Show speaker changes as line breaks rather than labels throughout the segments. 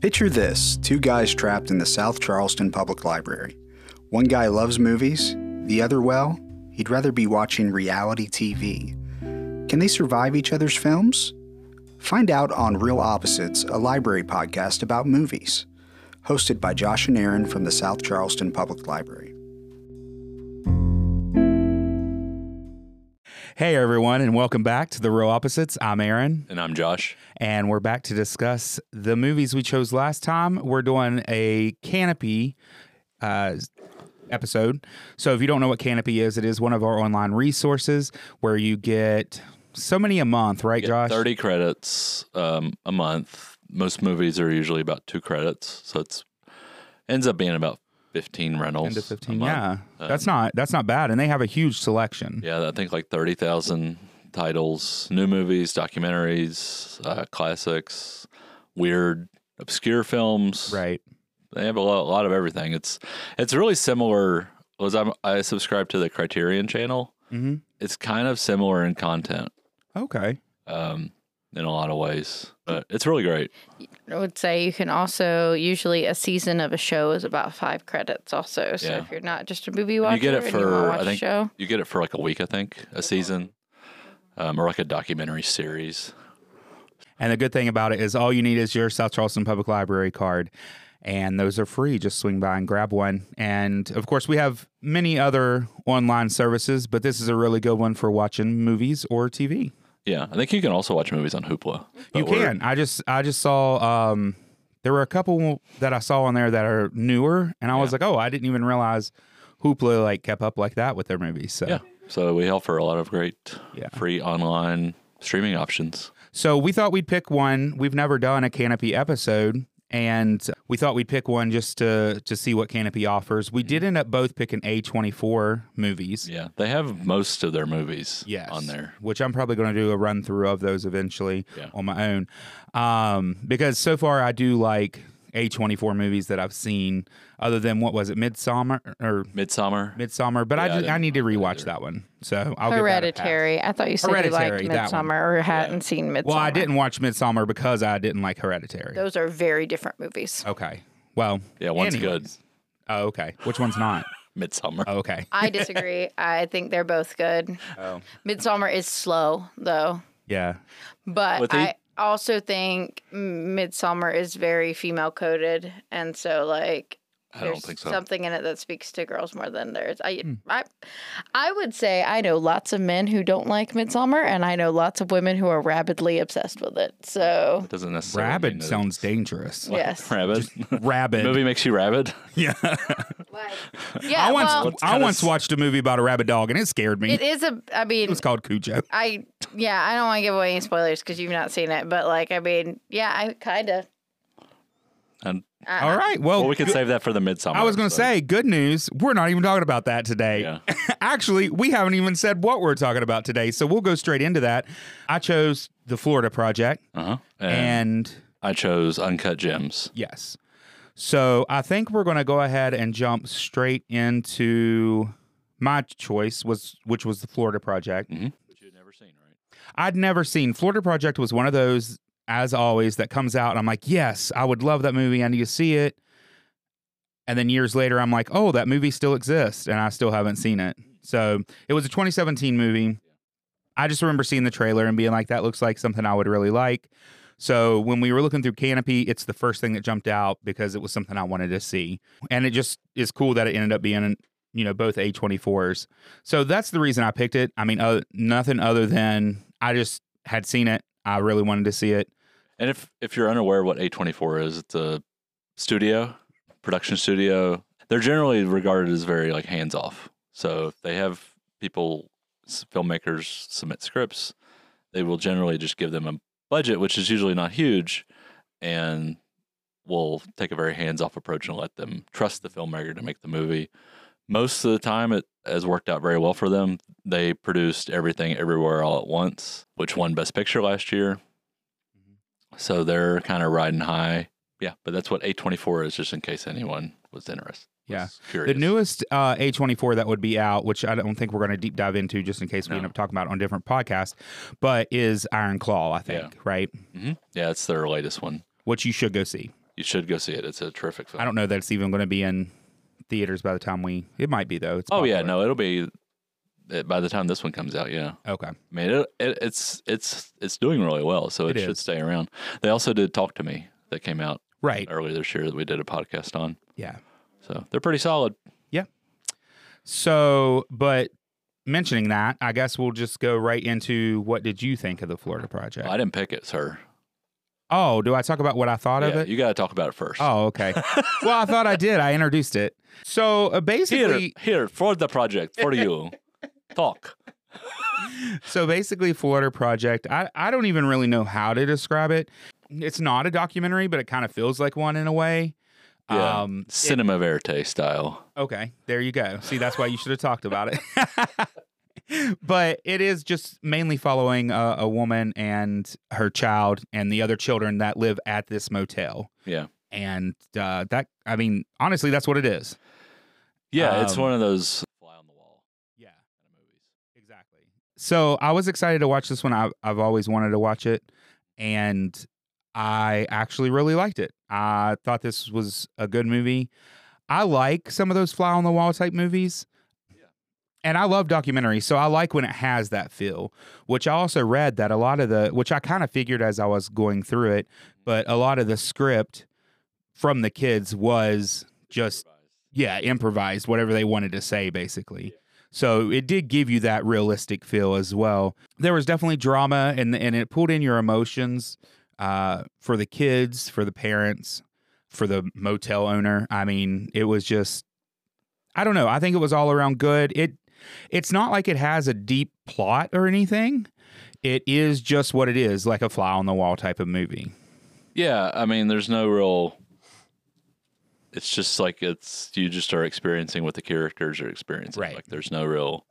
Picture this two guys trapped in the South Charleston Public Library. One guy loves movies, the other, well, he'd rather be watching reality TV. Can they survive each other's films? Find out on Real Opposites, a library podcast about movies, hosted by Josh and Aaron from the South Charleston Public Library.
Hey, everyone, and welcome back to The Real Opposites. I'm Aaron,
And I'm Josh.
and we're back to discuss the movies we chose last time. We're doing a canopy uh, episode. So, if you don't know what canopy is, it is one of our online resources where you get so many a month, right,
Get
Josh?
30 credits um, a month. Most movies are usually about two credits. So it's ends up being about 15
10
rentals.
to 15.
a month. Uh,
Yeah, that's not that's not bad, and they have a huge selection.
Yeah, I think like 30,000 titles, new movies, documentaries, uh, classics, weird, obscure films.
Right.
They have a lot, a lot of everything. It's it's really similar. Was I'm, I subscribe to the Criterion channel.
hmm
It's kind of similar in content
Okay.
um, in a lot of ways, but it's really great.
I would say you can also usually a season of a show is about five credits also. So
Yeah.
if you're not just a movie
And
watcher,
you get it
and you wanna
for
watch
I
a
think
show.
you get it for like a week, I think, a season, um, or like a documentary series.
And the good thing about it is all you need is your South Charleston Public Library card. And those are free. Just swing by and grab one. And of course, we have many other online services, but this is a really good one for watching movies or TV.
Yeah, I think you can also watch movies on Hoopla.
you
but we're-
can. I just I just saw um, there were a couple that I saw on there that are newer, and I was like, oh, I didn't even realize Hoopla like kept up like that with their movies. So
Yeah, so we offer a lot of great
Yeah.
free online streaming options.
So we thought we'd pick one. We've never done a Canopy episode, and we thought we'd pick one just to to see what Canopy offers. We did end up both picking A24 movies.
Mm-hmm. Yeah, they have most of their movies
Yes.
on there.
Which I'm probably going to do a run through of those eventually
Yeah.
on my own. Um, because so far I do like A24 movies that I've seen, other than what was it, Midsummer or
Midsummer.
Midsummer. But I,
Yeah, I
just, I
didn't
need to
know
rewatch
either.
that one. So I'll
Hereditary. I thought you said you liked
Hereditary, that one.
Midsummer or hadn't seen
Give that a pass. Well,
Midsummer.
I didn't watch Midsummer because I didn't like Hereditary.
Those are very different movies.
Okay. Well,
Yeah, one's good.
anyways. Oh, okay. Which one's not?
Midsummer.
Oh, okay.
I disagree. I think they're both good.
Oh.
Midsummer is slow though,
Yeah.
but
What
I
they-
also think M- Midsummer is very female coded, and so like
I
there's
don't think so.
something in it that speaks to girls more than theirs. I,
Hmm.
I, I would say I know lots of men who don't like Midsummer, and I know lots of women who are rabidly obsessed with it. So
Doesn't necessarily. mean
Rabid
that
sounds dangerous.
it's-
yes,
Rabid.
Rabid.
Movie makes you rabid.
Yeah.
yeah.
I once
well,
It's
I
kinda
once
s-
watched a movie about a rabid dog and it scared me.
it
It,
is a. I mean,
was called Cujo.
I yeah. I don't want to give away any spoilers because you've not seen it, but like I mean, yeah, I kind of.
And
All right. Well,
well, we can save that for the Midsummer.
Oh, I was going to
episode.
say, good news. We're not even talking about that today.
Yeah.
Actually, we haven't even said what we're talking about today. So we'll go straight into that. I chose the Florida Project
Uh-huh. and
and
I chose Uncut Gems.
Yes. So I think we're going to go ahead and jump straight into my choice was which was the Florida Project.
Which you've never seen, right?
I'd never seen Florida Project was one of those as always that comes out and I'm like, "Yes, I would love that movie. I need to see it." And then years later I'm like, "Oh, that movie still exists and I still haven't seen it." So, it was a 2017 movie. I just remember seeing the trailer and being like, "That looks like something I would really like." So, when we were looking through Canopy, it's the first thing that jumped out because it was something I wanted to see. And it just is cool that it ended up being, you know, both A24s. So that's the reason I picked it. I mean, uh, nothing other than I just had seen it. I really wanted to see it.
And if if you're unaware what A24 is, it's a studio, production studio. They're generally regarded as very like hands off. So if they have people, s- filmmakers submit scripts, they will generally just give them a budget, which is usually not huge, and will take a very hands off approach and let them trust the filmmaker to make the movie. Most of the time, it has worked out very well for them. They produced everything everywhere all at once, which won Best Picture last year. So they're kind of riding high. Yeah, but that's what A24 is, just in case anyone was interested.
Yeah.
was curious.
The newest uh, A24 that would be out, which I don't think we're going to deep dive into just in case we
No.
end up talking about it on different podcasts, but is Iron Claw, I think, right?
Mhm. Yeah, it's their latest one.
Which you should go see.
You should go see it. It's a terrific film.
I don't know that it's even going to be in theaters by the time we. It might be though. It's
oh yeah,
popular.
no, it'll be it, by the time this one comes out. Yeah,
Okay.
I mean, it, it, it's it's it's doing really well, so it,
It
should
is.
stay around. They also did Talk to Me that came out
Right.
earlier this year that we did a podcast on.
Yeah.
So they're pretty solid.
So, but mentioning that, I guess we'll just go right into what did you think of the Florida Project?
Well, I didn't pick it, sir.
oh, do I talk about what I thought of
Yeah,
it?
you got to talk about it first.
Oh, okay. well, I thought I did. I introduced it. So uh,
here,
basically,
here for the project for you. Talk.
so basically, Florida Project. I I don't even really know how to describe it. It's not a documentary, but it kind of feels like one in a way.
Yeah.
Um,
Cinema verite style.
Okay, there you go. See, that's why you should have talked about it. but it is just mainly following a, a woman and her child and the other children that live at this motel.
Yeah.
And uh, that, I mean, honestly, that's what it is.
Yeah, it's
Um,
one of those fly on the wall
Yeah,
kind of movies.
exactly. So I was excited to watch this one. I've, I've always wanted to watch it. And I actually really liked it. I thought this was a good movie. I like some of those fly on the wall type movies.
Yeah.
And I love documentaries, so I like when it has that feel. Which I also read that a lot of the, which I kind of figured as I was going through it, but a lot of the script from the kids was just, yeah, improvised, whatever they wanted to say, basically. So it did give you that realistic feel as well. There was definitely drama, and and it pulled in your emotions uh, for the kids, for the parents, for the motel owner. I mean, it was just I don't know. I think it was all around good. It it's not like it has a deep plot or anything. It is just what it is, like a fly on the wall type of movie.
Yeah, I mean, there's no real. It's just like it's you just are experiencing what the characters are experiencing.
Right.
Like there's no real.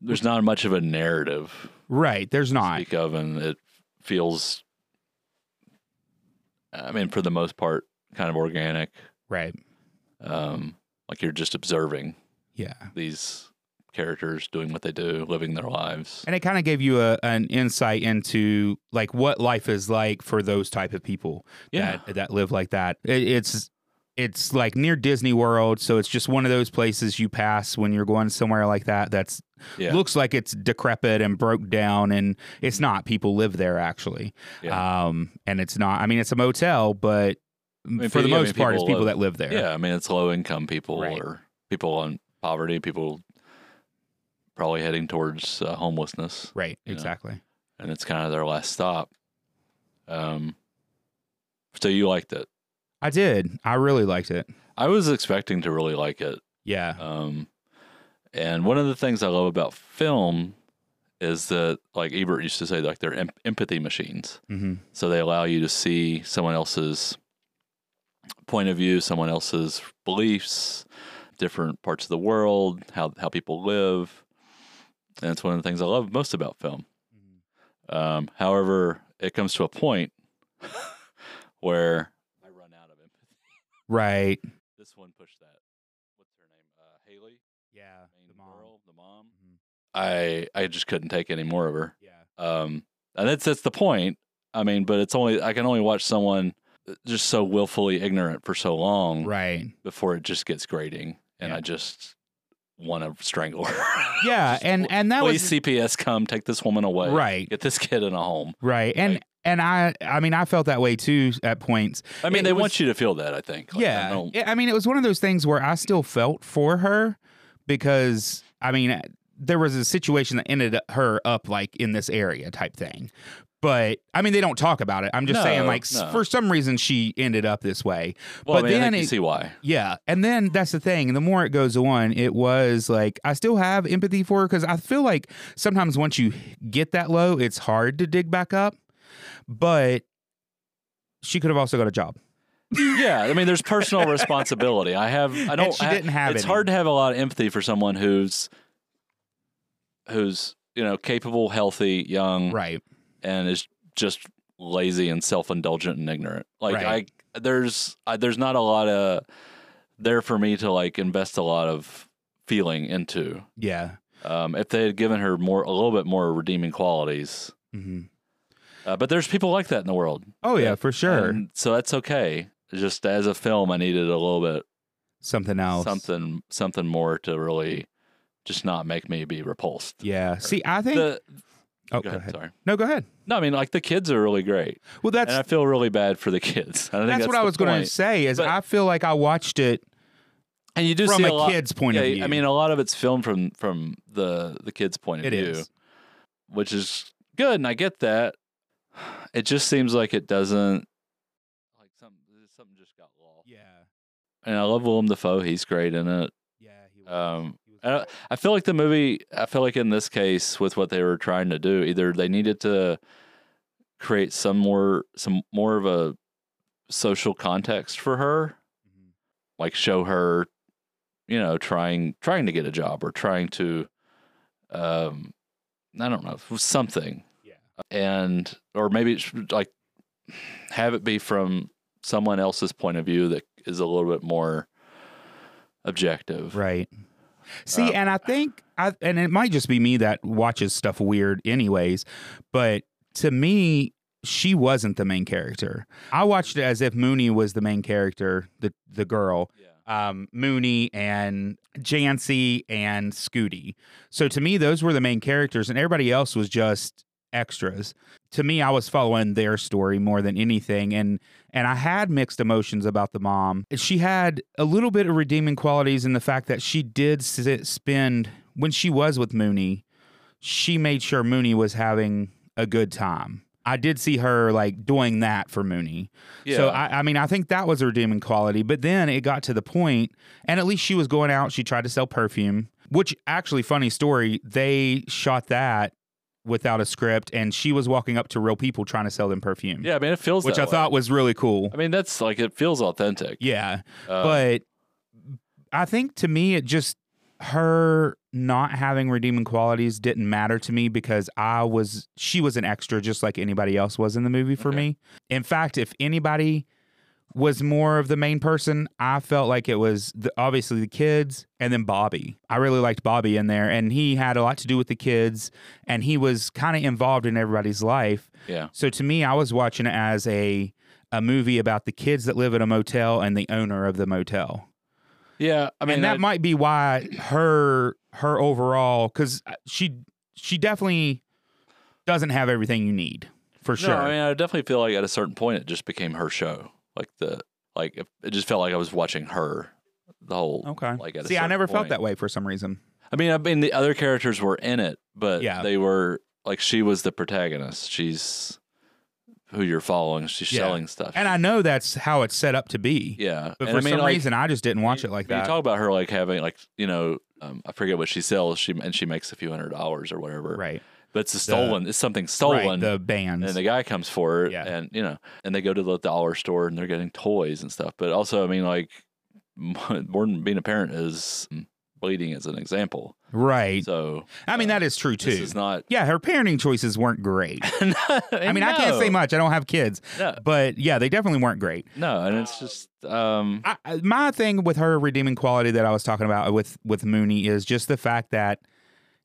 There's not much of a narrative
Right. There's
to
not.
speak of, and it feels. I mean, for the most part, kind of organic.
Right.
Um, like you're just observing
Yeah.
these characters doing what they do, living their lives.
And it kind of gave you a, an insight into like what life is like for those type of people
Yeah.
that that live like that. It, it's it's like near Disney World, so it's just one of those places you pass when you're going somewhere like that. That's
Yeah.
looks like it's decrepit and broke down, and it's not. People live there actually,
Yeah.
um, and it's not. I mean, it's a motel, but
mean,
for the
yeah, I
most
mean,
part, it's
people
people that live there.
Yeah, I mean it's low income people
Right.
or people on poverty, people probably heading towards uh, homelessness,
right.
Yeah.
Exactly.
and it's kind of their last stop. Um, so you liked it?
I did. I really liked it.
I was expecting to really like it.
Yeah.
Um, and one of the things I love about film is that, like Ebert used to say, like they're em- empathy machines.
hmm
So they allow you to see someone else's point of view, someone else's beliefs, different parts of the world, how how people live. And it's one of the things I love most about film. Um, however, it comes to a point where I run out of empathy.
Right.
This one pushed that. What's her name? Uh, Haley,
Yeah. Mm-hmm.
main girl, the mom. I I just couldn't take any more of her.
Yeah.
Um, and that's that's the point. I mean, but it's only I can only watch someone uh, just so willfully ignorant for so long
Right.
before it just gets grating, and
Yeah.
I just want to strangle her.
Yeah,
Just
and
pl-
and that
please
was
CPS come take this woman away.
right,
Get this kid in a home.
right, and
like-
and I I mean I felt that way too at points.
I mean,
It
they
was-
want you to feel that. I think. Like, I
yeah,
don't-
I mean it was one of those things where I still felt for her because I mean there was a situation that ended her up like in this area type thing. But I mean, they don't talk about it. I'm just saying,
No,
like, s
no.
for some reason, she ended up this way.
well,
but
I mean, I
then
think you
it-
see why.
Yeah. And then that's the thing. The more it goes on, it was like, I still have empathy for her because I feel like sometimes once you get that low, it's hard to dig back up. But she could have also got a job.
yeah, I mean, there's personal responsibility. I have. I don't.
she
ha-
didn't have
It's
any.
hard to have a lot of empathy for someone who's, who's you know capable, healthy, young,
Right.
and is just lazy and self-indulgent and ignorant. Like
Right.
I, there's I, there's not a lot of there for me to like invest a lot of feeling into.
Yeah.
Um, if they had given her more, a little bit more redeeming qualities,
Mhm.
Uh, but there's people like that in the world.
Oh yeah, for sure.
And so that's okay. Just as a film, I needed a little bit
Something else.
something something more to really just not make me be repulsed.
Yeah. See, I think.
The,
oh,
go ahead, sorry.
No, go ahead.
No, I mean like the kids are really great,
Well, that's
and I feel really bad for the kids. I think
that's,
that's
what I
the
was going to
point.
say. Is
But-
I feel like I watched it
And you do
from
see
a,
lot-
kid's point of
yeah,
view.
I mean, a lot of it's filmed from from the the kid's point of
it
view,
is.
which is good, and I get that. It just seems like it doesn't. Like something, something just got lost.
Yeah.
And I love Willem Dafoe; he's great in it.
Yeah. He was,
Um,
he was
I, don't- I feel like the movie. I feel like in this case, with what they were trying to do, either they needed to create some more, some more of a social context for her,
Mhm.
like show her, you know, trying trying to get a job or trying to, um, I don't know, something,
Yeah.
and or maybe it's like have it be from someone else's point of view that is a little bit more objective,
Right. See,
Um,
and I think I and it might just be me that watches stuff weird anyways, but to me she wasn't the main character. I watched it as if Mooney was the main character, the the girl.
Yeah.
Um, Mooney and Jancy and Scooty. So to me, those were the main characters, and everybody else was just extras. To me, I was following their story more than anything, and and I had mixed emotions about the mom. She had a little bit of redeeming qualities in the fact that she did sit, spend when she was with Mooney. She made sure Mooney was having a good time. I did see her like doing that for Mooney. So I, I mean, I think that was a redeeming quality. But then it got to the point, and at least she was going out. She tried to sell perfume, which actually, funny story. They shot that without a script, and she was walking up to real people trying to sell them perfume.
Yeah, I mean, it feels
which
that
I
way.
thought was really cool.
I mean, that's like it feels authentic.
Yeah,
Uh,
but I think to me, it just her not having redeeming qualities didn't matter to me because I was she was an extra just like anybody else was in the movie for
Okay.
me. In fact, if anybody was more of the main person, I felt like it was the, obviously the kids and then Bobby. I really liked Bobby in there and he had a lot to do with the kids and he was kind of involved in everybody's life.
yeah,
So to me, I was watching it as a a movie about the kids that live at a motel and the owner of the motel.
yeah. I mean, uh,
and that
I-
might be why her her overall because she she definitely doesn't have everything you need for
no,
sure.
I mean, I definitely feel like at a certain point it just became her show. Like the like it- it just felt like I was watching her the whole.
okay.
Like at a
Oh, See, I
certain
never felt
point.
that way for some reason.
I mean, I mean, the other characters were in it, but
Yeah.
they were like she was the protagonist. She's who you're following. She's
Yeah.
selling stuff.
And I know that's how it's set up to be.
yeah,
But
And
for
I mean,
some
like,
reason, I just didn't watch it like
when
that.
You talk about her like having like you know. Um, I forget what she sells. She and she makes a few hundred dollars or whatever.
right.
But it's a stolen. it's something stolen.
Right. The
And then
bands.
the guy comes for her,
Yeah.
and you know, and they go to the dollar store and they're getting toys and stuff. But also, I mean, like, more than being a parent is mm, bleeding as an example.
right.
So uh,
I mean, that is true
this
too.
is not.
yeah, her parenting choices weren't great. I mean, I can't say much. I don't have kids,
No,
but yeah, they definitely weren't great.
no, and it's just um,
I, I- my thing with her redeeming quality that I was talking about with with Mooney is just the fact that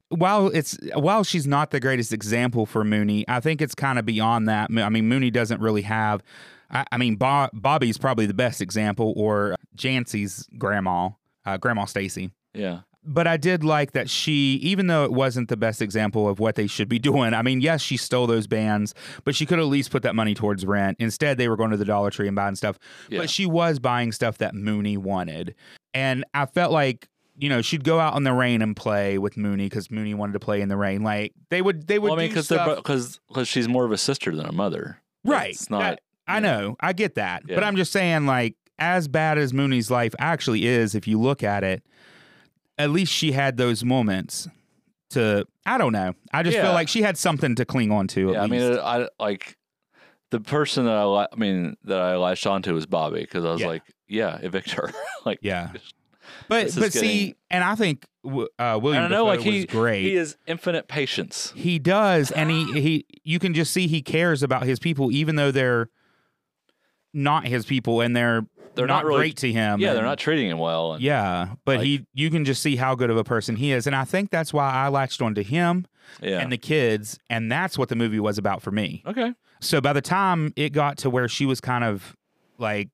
while it's while she's not the greatest example for Mooney, I think it's kind of beyond that. I mean, Mooney doesn't really have. I, I mean, Bo- Bobby's probably the best example, or Jancy's grandma, uh, Grandma Stacy.
yeah,
But I did like that she, even though it wasn't the best example of what they should be doing, I mean, yes, she stole those bands, but she could at least put that money towards rent. Instead, they were going to the Dollar Tree and buying stuff.
Yeah.
But she was buying stuff that Mooney wanted. And I felt like, you know, she'd go out in the rain and play with Mooney because Mooney wanted to play in the rain. Like they would, they would
Well, I mean,
do
because
stuff.
because because she's more of a sister than a mother,
Right.
It's not.
That- I
yeah.
know, I get that, but
Yeah.
I'm just saying, like, as bad as Mooney's life actually is, if you look at it, at least she had those moments to. I don't know. I just
Yeah.
feel like she had something to cling on to. At
yeah, I
least.
mean, I like the person that I, la- I mean, that I latched onto was Bobby because I was
Yeah.
like, yeah, evict her, like.
yeah. But
This
but
is
see,
getting-
and I think w- uh, William
I don't know,
Dafoe
like he,
was great.
he is infinite patience.
He does, and he he you can just see he cares about his people, even though they're not his people and they're
They're
not,
not really-
great to him.
yeah, they're
and-
not treating him well. And
Yeah, but
like-
he you can just see how good of a person he is, and I think that's why I latched onto him
yeah.
and the kids, and that's what the movie was about for me.
okay.
So by the time it got to where she was kind of like,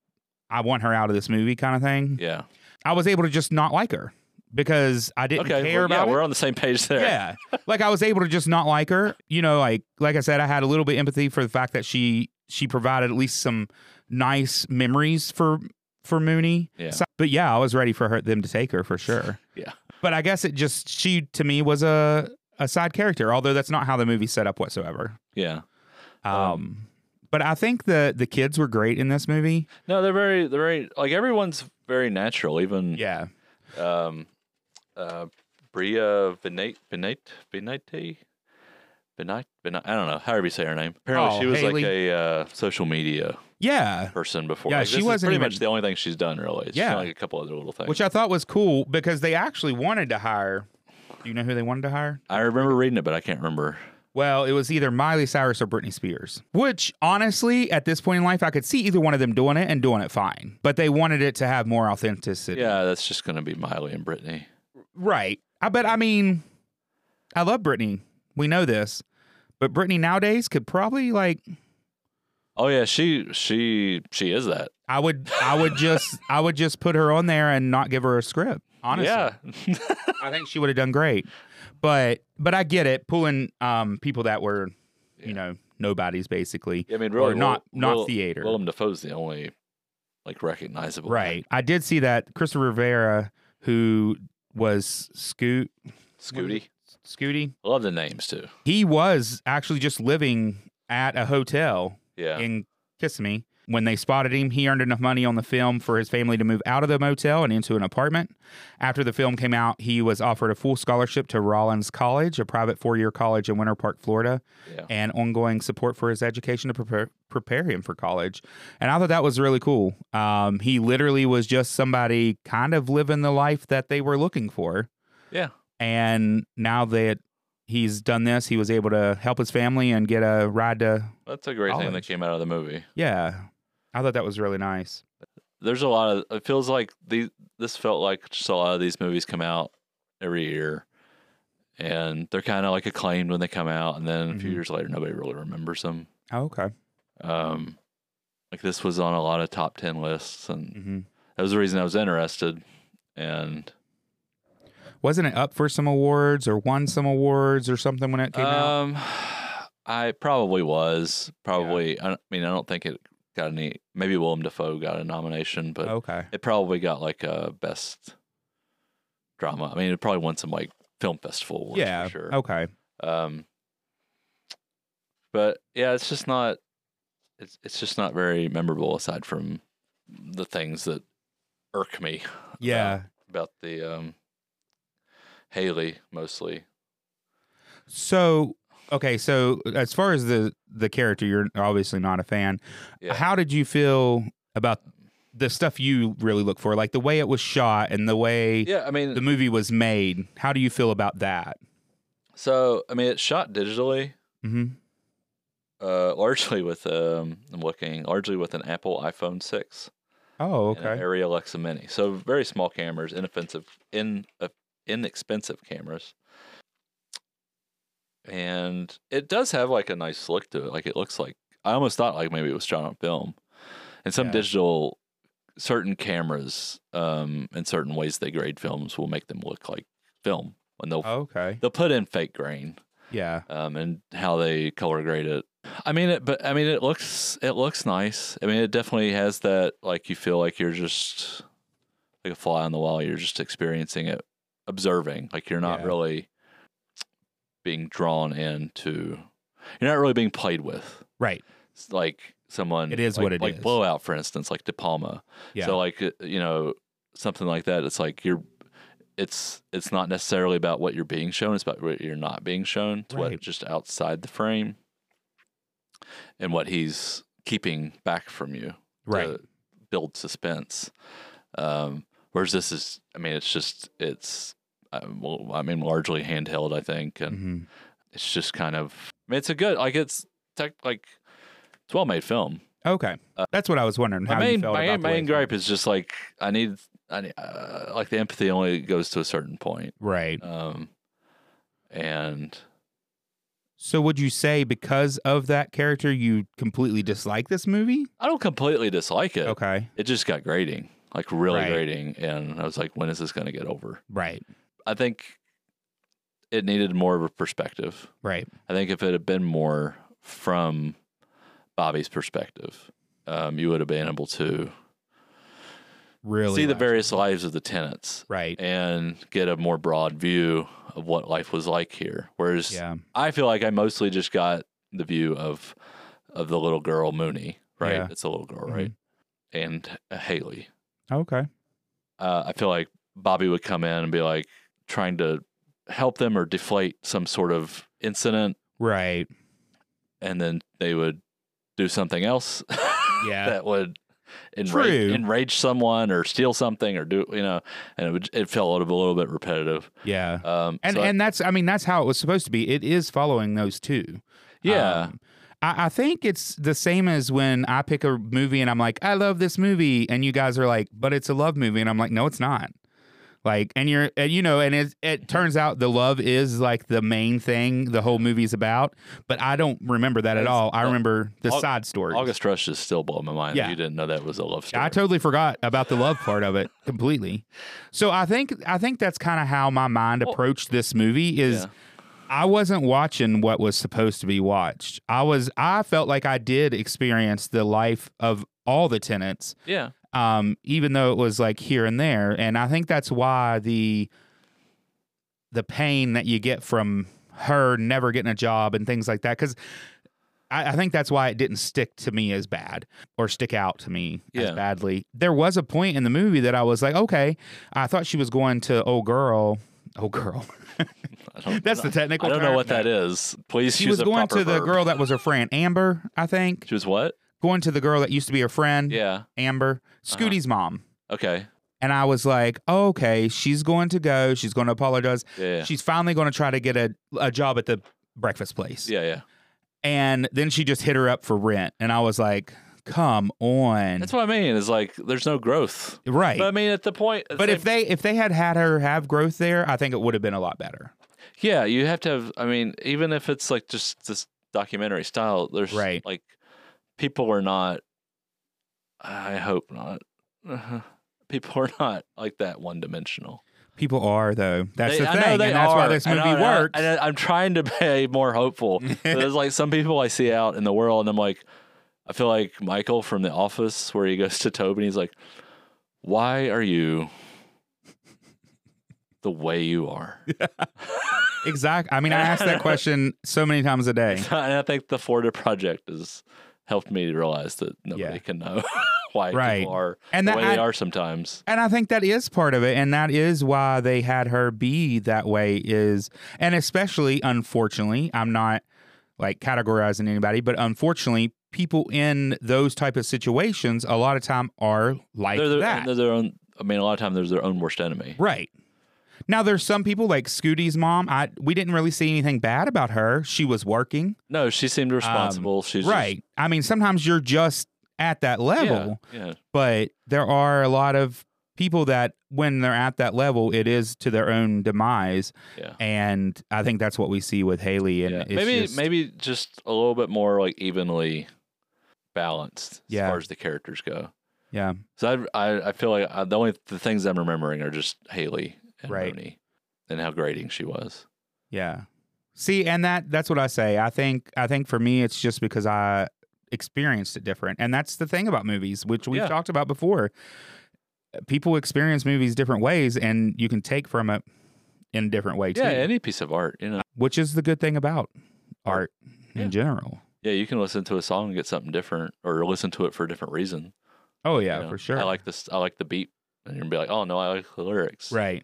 I want her out of this movie kind of thing,
Yeah.
I was able to just not like her because I didn't
Okay.
care
well, yeah,
about
we're
it.
on the same page there.
Yeah, like I was able to just not like her. You know, like like I said, I had a little bit empathy for the fact that she she provided at least some nice memories for for Mooney.
Yeah.
So- but yeah, I was ready for her them to take her for sure.
Yeah.
But I guess it just she to me was a a side character, although that's not how the movie set up whatsoever.
Yeah.
Um,
Um,
but I think the the kids were great in this movie.
No, they're very, they're very, like everyone's very natural. Even
Yeah.
um, uh, Bria Benate, Benate, Benate, Benite, Benite, I don't know, however you say her name. Apparently,
Oh,
she was
Haley.
like a uh, social media
Yeah.
person before.
Yeah,
Like,
she
this is
wasn't
pretty
even-
much the only thing she's done, really. She's done,
Yeah.
like a couple other little things.
Which I thought was cool because they actually wanted to hire do you know who they wanted to hire?
I remember reading it, but I can't remember.
Well, it was either Miley Cyrus or Britney Spears, which honestly, at this point in life, I could see either one of them doing it and doing it fine. But they wanted it to have more authenticity.
Yeah, that's just going to be Miley and Brittany.
Right. I bet, I mean, I love Britney. We know this. But Britney nowadays could probably, like,
Oh yeah, she she she is that.
I would, I would just, I would just put her on there and not give her a script. Honestly.
Yeah,
I think she would have done great. But, but I get it. Pulling um, people that were,
Yeah.
you know, nobodies basically.
I mean, really,
or not,
Will-
not
Will-
theater.
Willem Dafoe's the only like recognizable.
Right. I did see that Christopher Rivera, who was Scoot
Scooty.
Scooty,
I love the names too.
he was actually just living at a hotel
Yeah.
in Kissimmee. When they spotted him, he earned enough money on the film for his family to move out of the motel and into an apartment. After the film came out, he was offered a full scholarship to Rollins College, a private four year college in Winter Park, Florida,
yeah.
and ongoing support for his education to prepare prepare him for college. And I thought that was really cool. Um, he literally was just somebody kind of living the life that they were looking for.
Yeah.
And now that he's done this, he was able to help his family and get a ride to.
That's a great thing that
College.
came out of the movie.
Yeah, I thought that was really nice.
There's a lot of. It feels like these. This felt like just a lot of these movies come out every year, and they're kind of like acclaimed when they come out, and then a few
Mhm.
years later, nobody really remembers them.
Oh, okay.
Um, like this was on a lot of top ten lists, and
hmm
that was the reason I was interested. And
Wasn't it up for some awards or won some awards or something when it came out?
um, I probably was probably. I, don't- I mean, I don't think it got any. Maybe Willem Dafoe got a nomination, but
Oh, Okay.
it probably got like a best drama. I mean, it probably won some like film festival awards
Yeah. Oh.
for sure.
Okay.
Um, but yeah, it's just not. It's it's just not very memorable aside from the things that irk me
Yeah.
about the um, Haley mostly.
So okay, so as far as the the character, you're obviously not a fan.
Yeah.
How did you feel about the stuff you really look for, like the way it was shot and the way
Yeah, I mean,
the movie was made? How do you feel about that?
so I mean, it's shot digitally,
Mm-hmm.
uh, largely with um, I'm looking largely with an Apple iPhone six.
Oh,
and an
okay.
Arri Alexa Mini. So very small cameras, inoffensive, in uh, inexpensive cameras. And it does have like a nice look to it. Like it looks like I almost thought like maybe it was shot on film. And some
Yeah.
digital certain cameras um in certain ways they grade films will make them look like film and they'll
Okay.
they'll put in fake grain
Yeah.
um, and how they color grade it. I mean, it, but I mean, it looks it looks nice. I mean, it definitely has that like you feel like you're just like a fly on the wall. You're just experiencing it, observing. Like you're not
Yeah.
really being drawn into. You're not really being played with.
Right.
It's like someone.
It is
like,
what it
like
is.
blowout, for instance, like De Palma.
Yeah.
So like uh, you know something like that. It's like you're. It's it's not necessarily about what you're being shown. It's about what you're not being shown. It's
Right.
what just outside the frame, and what he's keeping back from you.
right.
To build suspense. Um, whereas this is, I mean, it's just it's. uh, Well, I mean, largely handheld, I think, and
hmm
it's just kind of. I mean, it's a good, like, it's tech, like, it's a well made film.
Okay,
Uh,
that's what I was wondering. How
My
you
main,
felt
my,
about the
my
way
main
it
gripe is just like I need, I need, uh, like the empathy only goes to a certain point.
felt. right?
Um, and
So would you say because of that character, you completely dislike this movie?
I don't completely dislike it.
Okay,
It just got grating, like really
Right.
grating, and I was like, when is this going to get over?
right,
I think it needed more of a perspective.
right,
I think if it had been more from Bobby's perspective, um, you would have been able to
really
see the
like-
various lives of the tenants
right,
and get a more broad view of what life was like here. Whereas
yeah,
I feel like I mostly just got the view of of the little girl Mooney, right?
Yeah. Mm-hmm.
It's a little girl, right? And uh, Haley.
okay,
Uh, I feel like Bobby would come in and be like trying to help them or deflate some sort of incident,
right,
and then they would do something else
Yeah.
that would enrage,
True.
enrage someone or steal something or do you know, and it would, it felt a little, a little bit repetitive.
yeah.
Um,
And
so I-
and that's I mean that's how it was supposed to be. It is following those two.
yeah,
Um, I, I think it's the same as when I pick a movie and I'm like, I love this movie, and you guys are like, but it's a love movie, and I'm like, no, it's not. Like, and you're, and you know, and it it turns out the love is like the main thing the whole movie's about. But I don't remember that at
It's-
all. I
uh,
remember the
Au-
side story.
August Rush is still blowing my mind.
Yeah.
that You didn't know that was a love story.
I totally forgot about the love part of it completely. So I think I think that's kind of how my mind
Well-
approached this movie is
Yeah.
I wasn't watching what was supposed to be watched. I was I felt like I did experience the life of all the tenants
yeah.
um even though it was like here and there and I think that's why the the pain that you get from her never getting a job and things like that cuz I, I think that's why it didn't stick to me as bad or stick out to me as
Yeah.
badly. There was a point in the movie that I was like, okay, I thought she was going to old girl, old girl.
I don't-
That's the technical.
Oh, I don't know
term.
what that is. Please
She
use
was
a
going to
proper
the
verb.
girl that was her friend, Amber, I think.
She was what?
Going to the girl that used to be her friend,
Yeah. Uh-huh.
Amber, Scooty's mom.
Okay.
And I was like, oh, okay, she's going to go. She's going to apologize.
Yeah. Yeah.
She's finally going to try to get a, a job at the breakfast place.
yeah, yeah.
And then she just hit her up for rent. And I was like, come on.
That's what I mean. Is like there's no growth.
right.
But I mean, at the point.
but if they if they had had her have growth there, I think it would have been a lot better.
yeah, you have to have. I mean, even if it's like just this documentary style, there's
Right.
like people are not. I hope not. People are not like that one dimensional.
People are though. That's
They-
the
I know
thing, and
they
that's why
are.
this
I
movie
know, and I-
works.
and I, am trying to be more hopeful. But There's like some people I see out in the world, and I'm like, I feel like Michael from The Office, where he goes to Toby, and he's like, "Why are you the way you are?"
exactly. I mean, I ask that question so many times a day.
and I think the Florida Project has helped me to realize that nobody
Yeah.
can know why
Right.
people are
And
the
that
way
I-
they are sometimes.
And I think that is part of it, and that is why they had her be that way. Is and especially, unfortunately, I'm not like categorizing anybody, but unfortunately, people in those type of situations a lot of time are like
They're, their-
that,
they're their own. I mean, a lot of times there's their own worst enemy.
right? Now, there's some people like Scooty's mom. I we didn't really see anything bad about her. She was working,
No, she seemed responsible. She's just-
Um, right? I mean, sometimes you're just at that level.
yeah, yeah.
but there are a lot of people that when they're at that level it is to their own demise
Yeah.
and i think that's what we see with haley and
Yeah.
it's
Maybe
just-
maybe just a little bit more like evenly balanced
Yeah.
as far as the characters go.
yeah
So I I, I feel like I, the only the things I'm remembering are just Haley and
Right.
Rooney and how grating she was.
yeah see and that that's what i say i think i think for me it's just because i experienced it different and that's the thing about movies which we've
Yeah.
talked about before people experience movies different ways and you can take from it in a different way too
Yeah, any piece of art, you know.
which is the good thing about art
Yeah.
in general
Yeah, you can listen to a song and get something different, or listen to it for a different reason.
oh
you
yeah
know?
for sure
I like this. I like the beat, and you're gonna be like, oh no, I like the lyrics.
right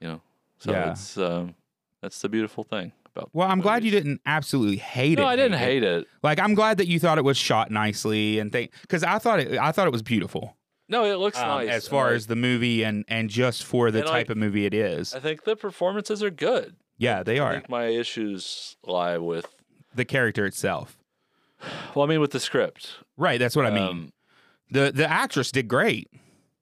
You know. So
Yeah.
it's um, that's the beautiful thing about.
Well, I'm glad you
movies.
didn't absolutely hate it.
No, I didn't hate it.
Like, I'm glad that you thought it was shot nicely and think because I thought it, I thought it was beautiful
No, it looks
um,
nice
as
and,
far
like,
as the movie and and just for the
And,
type
like,
of movie it is.
I think the performances are good.
Yeah, they
I
are
think my issues lie with
the character itself.
Well, I mean, with the script.
Right, that's what I mean.
Um,
the the actress did great.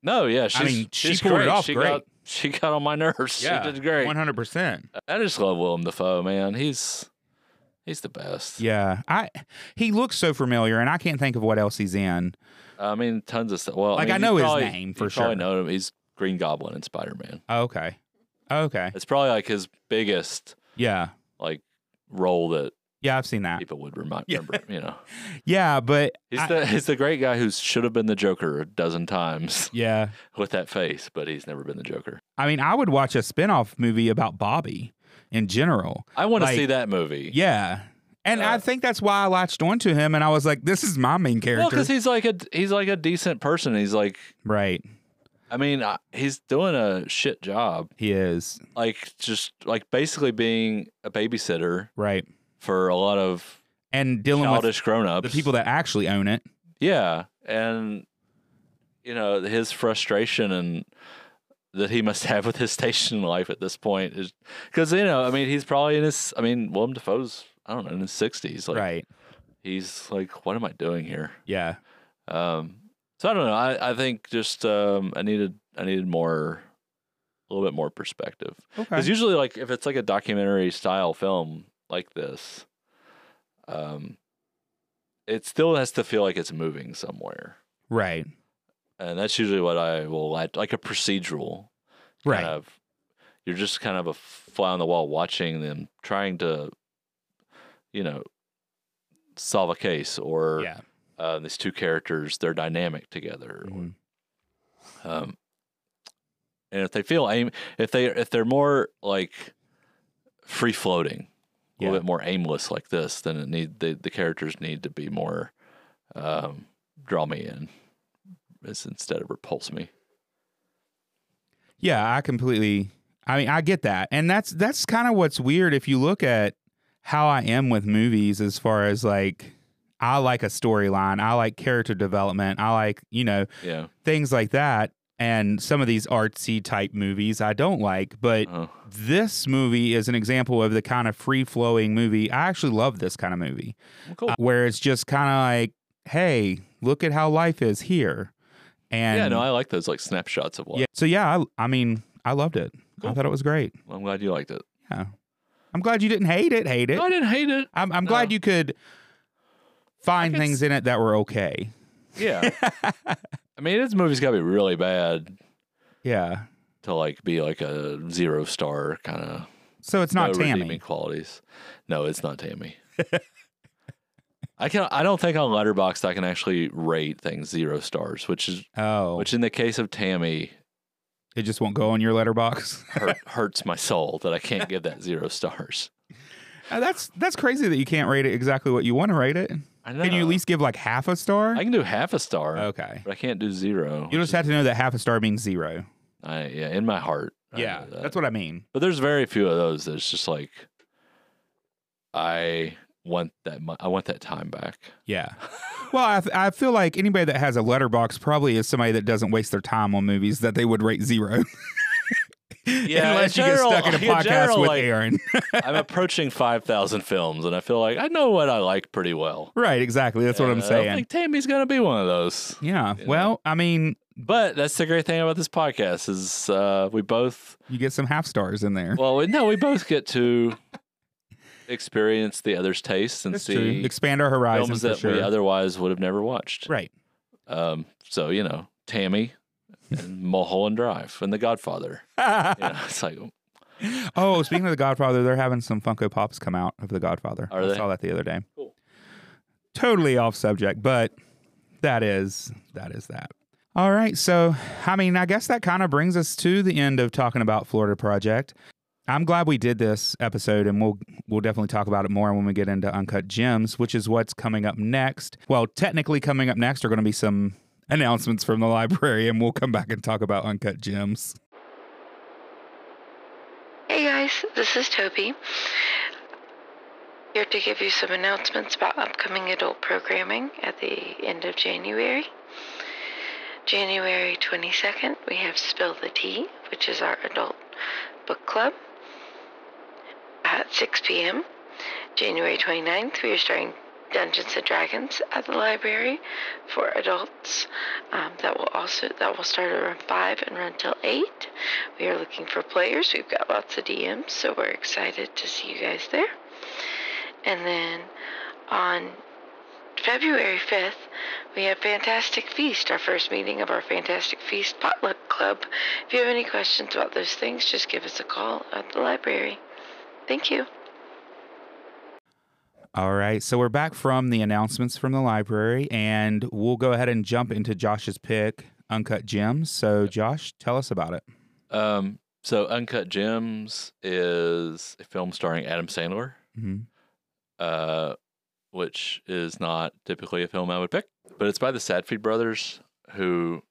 no, yeah, she's,
mean, she
she's
pulled it
great.
off
she
great.
Got, she got on my nerves. she did great. Uh,
One hundred percent.
I just love Willem Dafoe, man. He's he's the best.
Yeah. I he looks so familiar and I can't think of what else he's in.
I mean, tons of stuff. Well,
Like,
I, mean,
I
you
know his
probably-
name
you
for sure.
Probably know him. He's Green Goblin and Spider Man.
Oh, Okay. Okay.
It's probably like his biggest
Yeah.
like role that
Yeah, I've seen that.
people would remi-
Yeah.
remember. You know,
Yeah, but
he's
I-
the he's the great guy who should have been the Joker a dozen times
yeah.
with that face, but he's never been the Joker.
I mean, I would watch a spin-off movie about Bobby in general.
I want
Like,
to see that movie.
Yeah. And I
Uh,
think that's why I latched onto him and I was like, this is my main
Well,
character.
because he's like a he's like a decent person. He's like,
right.
I mean, I, he's doing a shit job.
He is.
Like, just like basically being a babysitter
Right.
for a lot of
And dealing
childish grown
with
ups.
the people that actually own it.
Yeah, and you know his frustration and that he must have with his station in life at this point is because you know I mean he's probably in his I mean Willem Dafoe's I don't know in his sixties like
right.
he's like what am I doing here?
Yeah.
Um, so I don't know. I I think just um, I needed I needed more a little bit more perspective
Okay.
because usually like if it's like a documentary style film like this, um, it still has to feel like it's moving somewhere
right.
and that's usually what I will like, like a procedural
Right.
kind of. You're just kind of a fly on the wall watching them trying to, you know, solve a case or
yeah.
uh, these two characters, their dynamic together.
Mhm.
Um, and if they feel aim, if they if they're more like free floating, a
Yeah.
little bit more aimless like this, then it need the, the characters need to be more um, draw me in, as instead of repulse me.
Yeah, I completely. I mean, I get that, and that's that's kind of what's weird if you look at how I am with movies as far as like I like a storyline, I like character development, I like you know
Yeah.
things like that, and some of these artsy type movies I don't like, but.
Oh.
This movie is an example of the kind of free flowing movie. I actually love this kind of movie
cool.
where it's just kind of like, hey, look at how life is here. And
yeah, no, I like those like snapshots of life.
yeah. So yeah, I, I mean, I loved it. I
Cool.
thought it was great.
I'm glad you liked it.
I'm glad you didn't hate it. Hate it.
No, I didn't hate it.
I'm, I'm
No.
glad you could find
could
things in it that were okay.
Yeah. I mean, this movie's got to be really bad
Yeah.
to like be like a zero star kind of
So it's not
no redeeming
Tammy.
qualities. No, it's not Tammy. I can I don't think on Letterboxd I can actually rate things zero stars, which is
Oh,
which in the case of Tammy
it just won't go on your letterbox.
hurt, hurts my soul that I can't give that zero stars.
Uh, that's that's crazy that you can't rate it exactly what you want to rate it.
I
Can you at
know.
least give like half a star?
I can do half a star,
Okay.
but I can't do zero.
You just have to know that half a star means zero.
I, yeah, in my heart. I
Yeah,
know that.
that's what I mean.
But there's very few of those that's just like I want that mo- I want that time back.
Yeah. Well, I, th- I feel like anybody that has a letterbox probably is somebody that doesn't waste their time on movies that they would rate zero.
Yeah,
unless
in
you
general-
get stuck in a
in
podcast
general,
with
like-
Aaron.
I'm approaching 5,000 films and I feel like I know what I like pretty well.
right, exactly. That's what
And
I'm
I don't
saying.
think Tammy's going to be one of those.
yeah.
you know.
Well, I mean,
But that's the great thing about this podcast is uh, we both
you get some half stars in there.
well, we, no, we both get to experience the other's taste and
That's true.
see
Expand our horizons
films
for
that we
sure.
otherwise would have never watched.
right.
Um, so, mulholland Tammy and Mulholland Drive and The Godfather. You know, it's like
oh, speaking of The Godfather, they're having some Funko Pops come out of The Godfather.
Are
I
they?
saw that the other day.
Cool.
Totally off subject, but that is that is that. All right, so I mean, I guess that kind of brings us to the end of talking about Florida Project. I'm glad we did this episode, and we'll we'll definitely talk about it more when we get into Uncut Gems, which is what's coming up next. Well, technically, coming up next are going to be some announcements from the library, and we'll come back and talk about Uncut Gems.
Hey guys, this is Toby. Here to give you some announcements about upcoming adult programming at the end of January. January 22nd, we have Spill the Tea, which is our adult book club at 6 p.m. January 29th, we are starting Dungeons and Dragons at the library for adults. Um, that will also that will start around five and run till eight. We are looking for players. We've got lots of DMs, so we're excited to see you guys there. And then on February 5th, we have Fantastic Feast, our first meeting of our Fantastic Feast Potluck Club. If you have any questions about those things, just give us a call at the library. Thank you.
All right, so we're back from the announcements from the library, and we'll go ahead and jump into Josh's pick, Uncut Gems. So, Josh, tell us about it.
Um, so Uncut Gems is a film starring Adam Sandler,
hmm
uh, which is not typically a film I would pick, but it's by the Sadfeed brothers who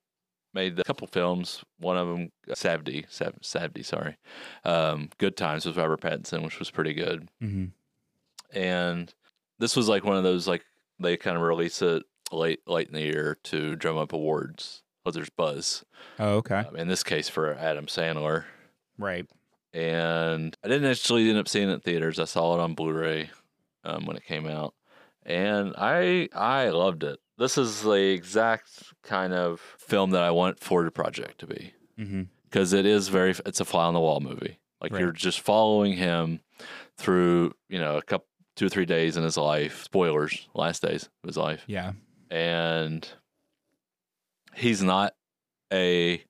made a couple films. One of them, Savdi, Sav, Savdi, sorry, um, Good Times with Robert Pattinson, which was pretty good.
hmm
and this was like one of those like they kind of release it late late in the year to drum up awards. Well, there's buzz
Oh, okay.
um, in this case for Adam Sandler,
Right.
and I didn't actually end up seeing it in theaters. I saw it on Blu-ray um, when it came out, and I I loved it. This is the exact kind of film that I want Florida Project to be
hmm
because it is very it's a fly on the wall movie like
Right.
you're just following him through you know a couple two or three days in his life spoilers last days of his life
Yeah.
and he's not a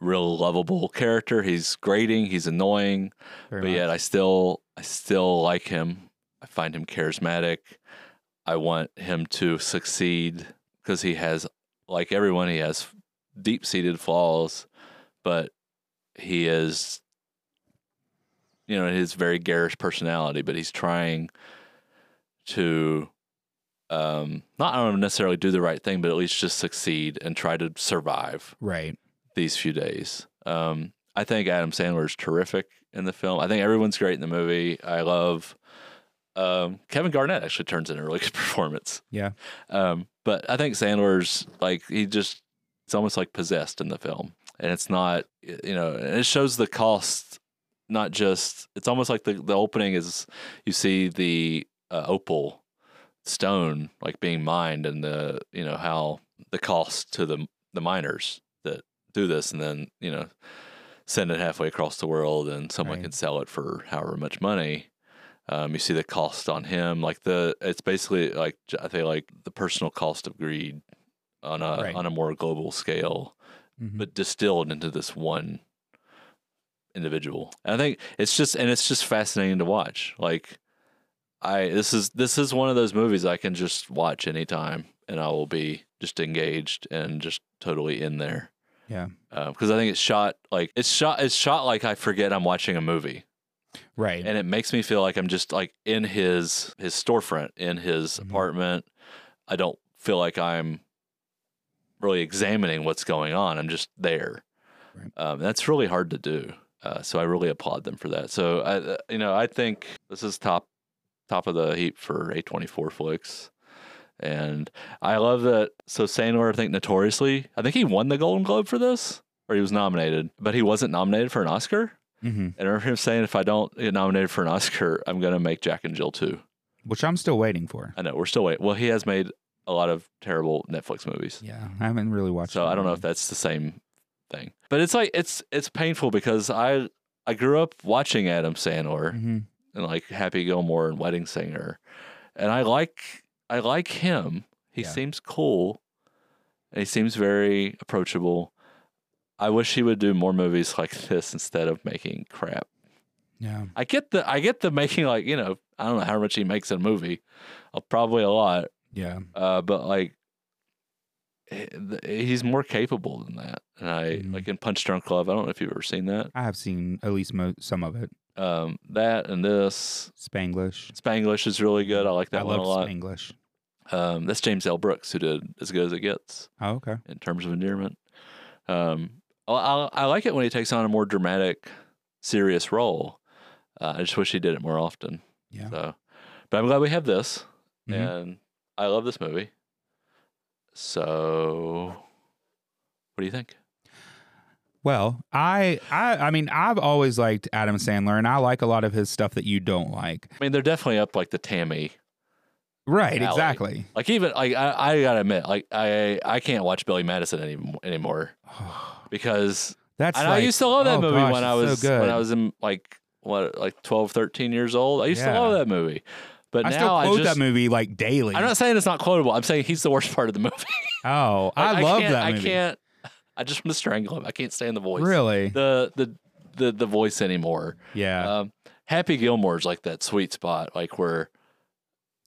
real lovable character he's grating he's annoying
very
but
much.
yet I still I still like him. I find him charismatic. I want him to succeed because he has like everyone he has deep seated flaws, but he is you know, his very garish personality, but he's trying to um not I don't necessarily do the right thing, but at least just succeed and try to survive
right.
these few days. Um, I think Adam Sandler is terrific in the film. I think everyone's great in the movie. I love um, Kevin Garnett actually turns in a really good performance.
Yeah.
Um, but I think Sandler's like he just it's almost like possessed in the film, and it's not you know and it shows the cost. Not just it's almost like the the opening is you see the uh, opal stone like being mined and the you know how the cost to the the miners that do this and then you know send it halfway across the world and someone
Right.
can sell it for however much money um, you see the cost on him like the it's basically like j- i think like the personal cost of greed on a
Right.
on a more global scale
Mhm.
but distilled into this one individual. And I think it's just and it's just fascinating to watch. Like I this is this is one of those movies I can just watch anytime and I will be just engaged and just totally in there.
Yeah.
Because I think it's shot like it's shot it's shot like I forget I'm watching a movie,
right.
and it makes me feel like I'm just like in his his storefront in his
Mhm.
apartment. I don't feel like I'm really examining what's going on. I'm just there.
Right.
Um, that's really hard to do. Uh, so I really applaud them for that. So I, uh, you know, I think this is top top of the heap for A24 flicks. And I love that. So Sandler, I think notoriously, I think he won the Golden Globe for this, or he was nominated, but he wasn't nominated for an Oscar.
hmm
And I remember him saying, if I don't get nominated for an Oscar, I'm going to make Jack and Jill 2.
Which I'm still waiting for.
I know, we're still waiting. Well, he has made a lot of terrible Netflix movies.
Yeah, I haven't really watched.
So
it
I don't know if
yet.
that's the same thing. But it's like, it's it's painful because I I grew up watching Adam Sandler
Mhm.
and like Happy Gilmore and Wedding Singer. And I like I like him. He
Yeah.
seems cool. And he seems very approachable. I wish he would do more movies like this instead of making crap.
Yeah.
I get the I get the making like you know I don't know how much he makes in a movie, uh, probably a lot.
Yeah.
Uh, but like he- th- he's more capable than that. And I
Mhm.
like in Punch Drunk Love. I don't know if you've ever seen that.
I have seen at least mo- some of it.
Um, that and this
Spanglish.
Spanglish is really good. I like that
I
one
love
a lot.
Spanglish.
Um, that's James L. Brooks who did as good as it gets.
Oh, okay.
in terms of endearment. Um, I, I, I like it when he takes on a more dramatic, serious role. Uh, I just wish he did it more often.
Yeah.
So, but I'm glad we have this,
Mhm.
and I love this movie. So, what do you think?
Well, I, I, I mean, I've always liked Adam Sandler, and I like a lot of his stuff that you don't like.
I mean, they're definitely up like the Tammy
Right,
Alley.
exactly.
Like even like I, I gotta admit, like I I can't watch Billy Madison anymore anymore because
That's
and I
like-
used to love that
oh
movie
gosh,
when I
it's so
was
good.
when I was in like what like 12, 13 years old. I used
Yeah.
to love that movie, but
I
now
still quote
I just
that movie like daily.
I'm not saying it's not quotable. I'm saying he's the worst part of the movie.
oh,
Like,
I, love
can't-
that movie.
I can't. I just want to strangle him. I can't stand the voice.
really?
The the the the voice anymore.
yeah.
Um, Happy Gilmore's like that sweet spot, like where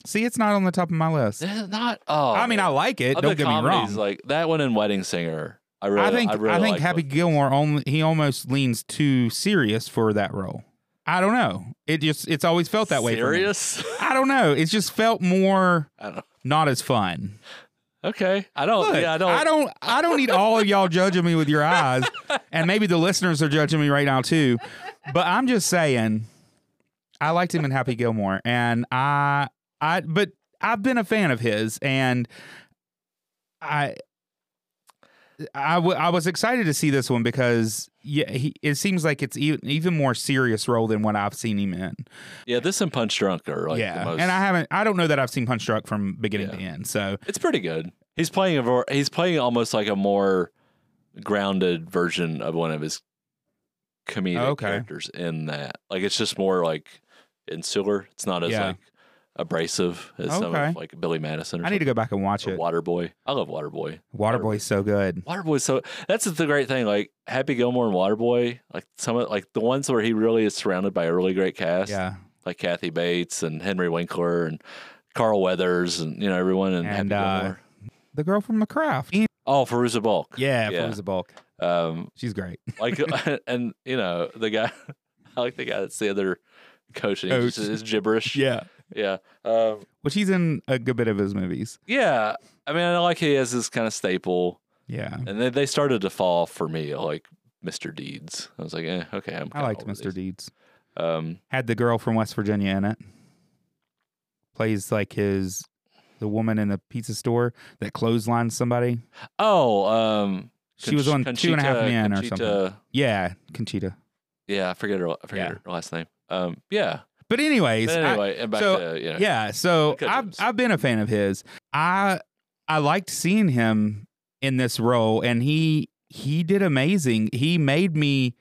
See, it's not on the top of my list.
this is not. Oh,
I mean, I like it.
of
Don't
the
get
comedies,
me wrong.
Like that one and Wedding Singer. I really,
I think I,
really
think
like
Happy
both.
Gilmore only he almost leans too serious for that role. I don't know. It just it's always felt that way. for me.
Serious?
I don't know. It's just felt more
I don't.
not as fun.
Okay, I don't.
Look,
Oh, yeah, I don't.
I don't. I don't need all of y'all judging me with your eyes, and maybe the listeners are judging me right now too. But I'm just saying, I liked him in Happy Gilmore, and I, I, but I've been a fan of his, and I. I, w- I was excited to see this one because yeah, he, it seems like it's even, even more serious role than what I've seen him in.
Yeah, this and Punch Drunk are like
yeah,
the most.
and I haven't. I don't know that I've seen Punch Drunk from beginning to
Yeah.
end. So
It's pretty good. He's playing a. ver- He's playing almost like a more grounded version of one of his comedic
Okay.
characters in that. Like it's just more like insular. It's not as
Yeah.
like abrasive as some
Okay.
of like Billy Madison. Or
I need to go back and watch
something.
it.
Or Waterboy. I love Waterboy.
Waterboy's so good.
Waterboy's so that's the great thing. Like Happy Gilmore and Waterboy, like some of like the ones where he really is surrounded by a really great cast,
Yeah.
like Kathy Bates and Henry Winkler and Carl Weathers and you know everyone and,
And,
Happy
uh,
Gilmore.
The girl from McCraft.
Oh, Feruza Balk.
Yeah,
Yeah.
yeah. Felicia Bulk.
Um,
She's great.
like and you know the guy, I like the guy that's the other coach and he
Coach.
just is gibberish.
Yeah.
yeah. Um,
Which he's in a good bit of his movies.
yeah. I mean, I like he has this kind of staple,
Yeah.
and then they started to fall off for me, like Mr. Deeds. I was like, eh, okay, I'm.
I
kinda
liked
over
Mr.
these.
Deeds.
Um,
Had the girl from West Virginia in it. Plays like his the woman in the pizza store that clotheslines somebody.
oh, um,
She was
Conch-
on Two and a Half
Conchita-
Men or
Conchita-
something. Yeah, Conchita.
Yeah, I forget her. I forget
Yeah.
her last name. Um, yeah.
But anyways,
But
I-
anyway, and back
so,
to you know,
yeah so
Cut
I've,
James.
I've been a fan of his i i liked seeing him in this role and he he did amazing he made me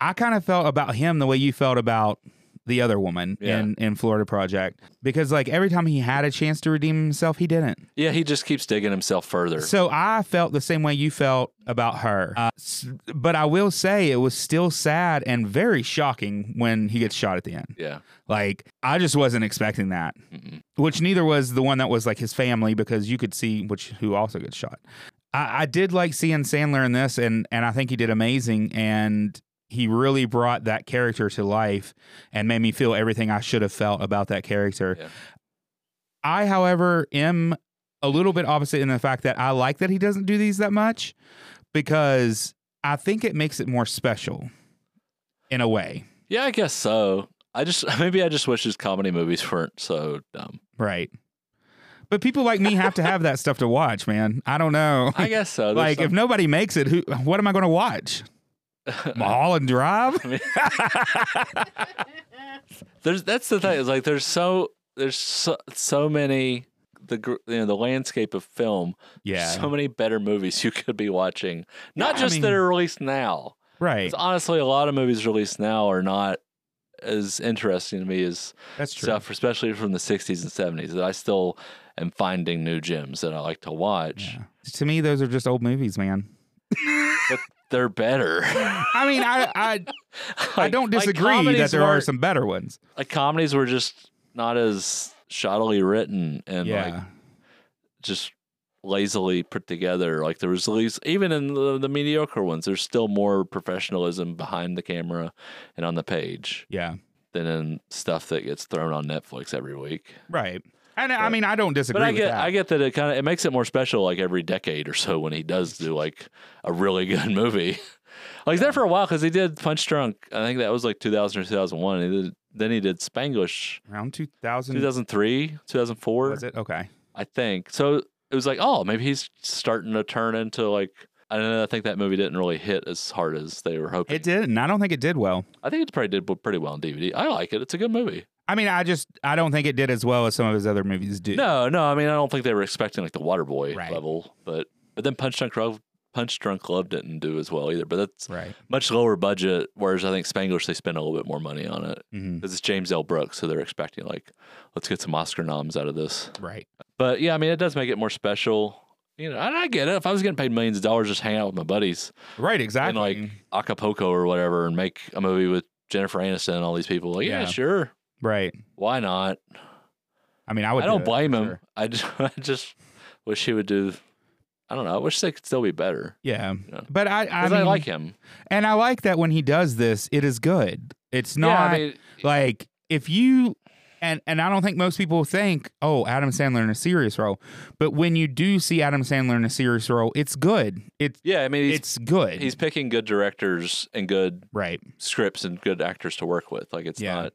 i kind of felt about him the way you felt about the other woman
Yeah.
in in florida project because like every time he had a chance to redeem himself he didn't
yeah. He just keeps digging himself further.
so I felt the same way you felt about her. Uh, s- but I will say it was still sad and very shocking when he gets shot at the end.
yeah.
Like, I just wasn't expecting that
Mm-mm.
which neither was the one that was like his family because you could see which who also gets shot. I, I did like seeing Sandler in this, and and I think he did amazing, and he really brought that character to life and made me feel everything I should have felt about that character.
Yeah.
I, however, am a little bit opposite in the fact that I like that he doesn't do these that much because I think it makes it more special in a way,
Yeah, I guess so. I just maybe I just wish his comedy movies weren't so dumb.
right? But people like me have to have that stuff to watch, man. I don't know.
I guess so. There's
like if
some-
nobody makes it, who what am I going to watch? Mulholland Drive.
I mean- there's that's the thing. Is like there's so there's so, so many the gr- you know the landscape of film.
Yeah,
so many better movies you could be watching. Not
I
just that
mean-
are released now.
right.
'Cause honestly, a lot of movies released now are not as interesting to me as
That's true.
stuff, especially from the 60s and 70s, that I still am finding new gems that I like to watch.
Yeah. To me, those are just old movies, man.
They're better.
I mean, I I, I
Like-
don't
like
disagree that
comedies
there are
weren't-
some better ones.
Like comedies were just not as shoddily written and like
yeah,
just lazily put together. Like there was at least even in the, the mediocre ones, there's still more professionalism behind the camera and on the page
yeah,
than in stuff that gets thrown on Netflix every week.
right. And I
But-
mean, I don't disagree
But I
with
get
that.
I get that it kind of it makes it more special like every decade or so when he does do like a really good movie. like he's there for a while because he did Punch Drunk. I think that was like 2000 or 2001. He did, then he did Spanglish
Around two thousand
2003, 2004,
was it? Okay,
I think. So it was like, oh, maybe he's starting to turn into like. I don't know. I think that movie didn't really hit as hard as they were hoping.
it didn't. I don't think it did well.
I think it probably did pretty well on DVD. I like it. It's a good movie.
I mean, I just I don't think it did as well as some of his other movies do.
No, no. I mean, I don't think they were expecting like the Waterboy
Right.
level, but but then Punch Drunk Love, Punch Drunk Love didn't do as well either. But that's
Right.
much lower budget. Whereas I think Spanglish they spend a little bit more money on it
hmm
because it's James L. Brooks, so they're expecting like let's get some Oscar noms out of this.
Right.
But yeah, I mean, it does make it more special. You know, and I get it. If I was getting paid millions of dollars just hang out with my buddies
Right.
in
Exactly.
like Acapulco or whatever and make a movie with Jennifer Aniston and all these people, like, yeah,
Yeah.
sure.
right.
Why not?
I mean, I would.
I
do
don't
it,
blame
for
him.
sure.
I, just, I just wish he would do. I don't know. I wish they could still be better.
Yeah.
Yeah.
But I I,
Because I,
mean,
like him.
and I like that when he does this, it is good. It's not
yeah, I mean,
like if you and and I don't think most people think, oh, Adam Sandler in a serious role. But when you do see Adam Sandler in a serious role, it's good. It's
yeah, I mean, he's,
it's good.
he's picking good directors and good
right.
scripts and good actors to work with. Like, it's
Yeah.
not.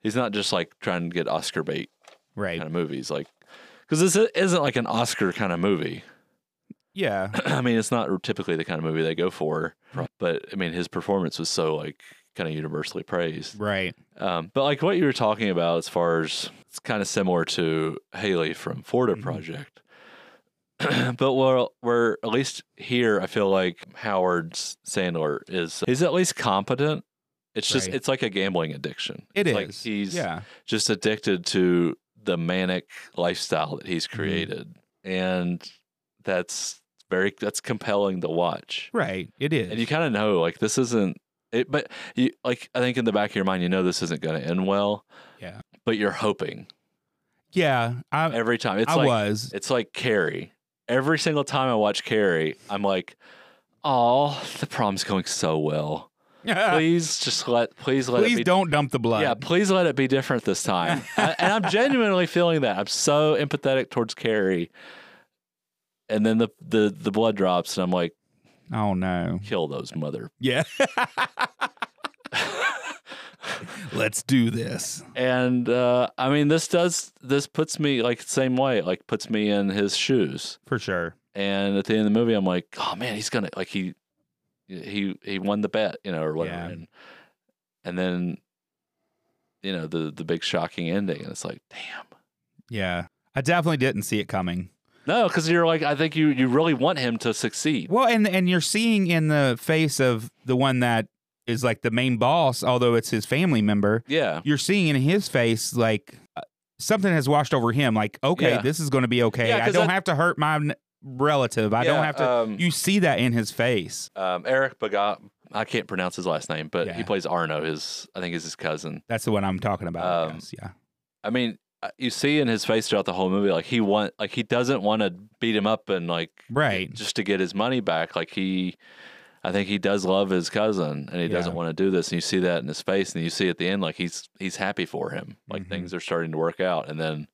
He's not just like trying to get Oscar bait
Right.
kind of movies, like because this i- isn't like an Oscar kind of movie.
Yeah.
I mean, it's not typically the kind of movie they go for. But I mean, his performance was so like kind of universally praised.
Right.
Um, but like what you were talking about, as far as it's kind of similar to Haley from Florida
Mhm.
Project, but where where at least here, I feel like Howard's Sandler is he's at least competent. It's just
Right.
it's like a gambling addiction.
It
it's
is.
Like he's
yeah.
just addicted to the manic lifestyle that
Mm-hmm.
he's created, and that's very that's compelling to watch
Right. It is.
and you kind of know like this isn't it but you like i think in the back of your mind you know this isn't going to end well
Yeah.
but you're hoping
yeah. I,
every time it's
I
like
was.
it's like carrie every single time i watch carrie i'm like oh the prom's going so well please just let please let it
Uh, Please
be
don't dump the blood.
yeah please let it be different this time I, and i'm genuinely feeling that i'm so empathetic towards carrie and then the, the the blood drops and i'm like
Oh no.
kill those mother
Yeah. Let's do this.
and uh, I mean, this does this puts me like same way, like puts me in his shoes.
For sure.
And at the end of the movie, I'm like, oh man, he's gonna like he he he won the bet, you know, or whatever.
Yeah.
And, and then you know the the big shocking ending, and it's like, damn,
Yeah. I definitely didn't see it coming.
no, because you're like, I think you you really want him to succeed.
Well, and and you're seeing in the face of the one that is like the main boss, although it's his family member,
Yeah,
you're seeing in his face like uh, something has washed over him. Like, okay,
Yeah.
this is going to be okay.
Yeah,
I
'cause
don't
that-
have to hurt my n- relative. I
Yeah,
don't have to.
um,
you see that in his face.
um, Eric Bagat, I can't pronounce his last name, but he
Yeah.
plays Arno. His I think is his cousin.
That's the one I'm talking about. I
um,
guess. Yeah.
I mean, uh, you see in his face throughout the whole movie, like he want, like he doesn't want to beat him up and like
Right.
just to get his money back. Like he, I think he does love his cousin, and he doesn't
Yeah.
want to do this. And you see that in his face, and you see at the end, like he's he's happy for him, like
Mhm.
things are starting to work out. And then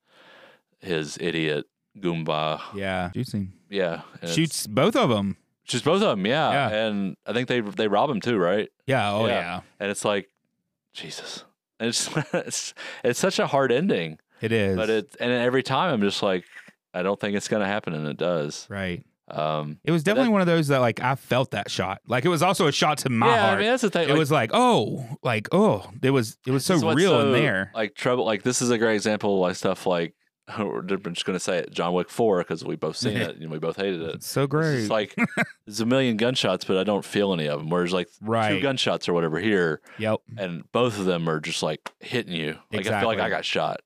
his idiot Goomba,
Yeah. Shoots him.
yeah, and it's-
Shoots both of them.
shoots both of them, yeah.
Yeah.
And I think they they rob him too, right?
Yeah. Oh
Yeah.
yeah.
And it's like Jesus, and it's it's, it's such a hard ending.
It is.
But it and every time I'm just like, I don't think it's gonna happen, and it does.
right.
Um,
It was
But that-
definitely one of those that like I felt that shot. Like it was also a shot to my
yeah,
heart.
I mean that's the thing.
it
like,
was like oh, like oh, it was it was
this is
so
what's
real
so,
in there.
Like trouble. Like this is a great example of like stuff like we're just gonna say it, John Wick Four, because we both seen it and we both hated it.
It's so
It's
great.
just like there's a million gunshots, but I don't feel any of them. Whereas like two
right.
gunshots or whatever here,
yep.
and both of them are just like hitting you. Like I feel like
Exactly.
I got shot.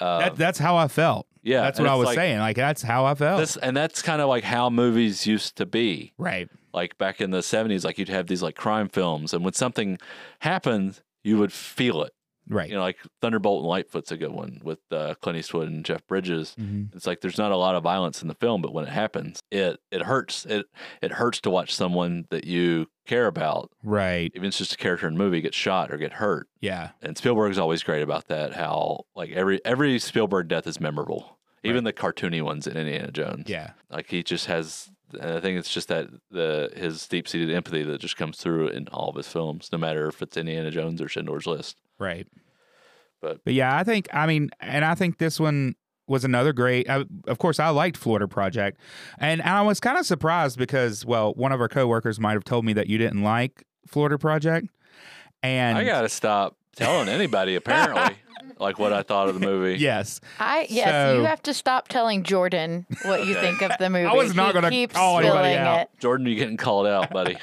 Uh,
that, that's how I felt.
yeah,
that's
and
what I
it's
was
like,
saying. Like that's how I felt.
This and that's kind of like how movies used to be.
right.
like back in the 70s like you'd have these like crime films and when something happened you would feel it
Right.
you know like thunderbolt and lightfoot's a good one with uh, clint eastwood and jeff bridges
Mhm.
it's like there's not a lot of violence in the film but when it happens it it hurts it it hurts to watch someone that you care about
Right.
even if it's just a character in a movie get shot or get hurt
Yeah.
and spielberg's always great about that how like every every spielberg death is memorable even the cartoony ones in indiana jones
Yeah.
like he just has and i think it's just that the his deep-seated empathy that just comes through in all of his films no matter if it's indiana jones or schindler's list
Right.
But-
but yeah, I think I mean, and I think this one was another great. I, of course, I liked Florida Project, and, and I was kind of surprised because well, one of our coworkers might have told me that you didn't like Florida Project, and
i gotta stop telling anybody apparently like what I thought of the movie.
Yes.
I yes,
So-
you have to stop telling Jordan what you
Okay.
think of the movie.
was
He
not gonna
keeps
call anybody
spilling
out.
it.
Jordan, you're getting called out, buddy.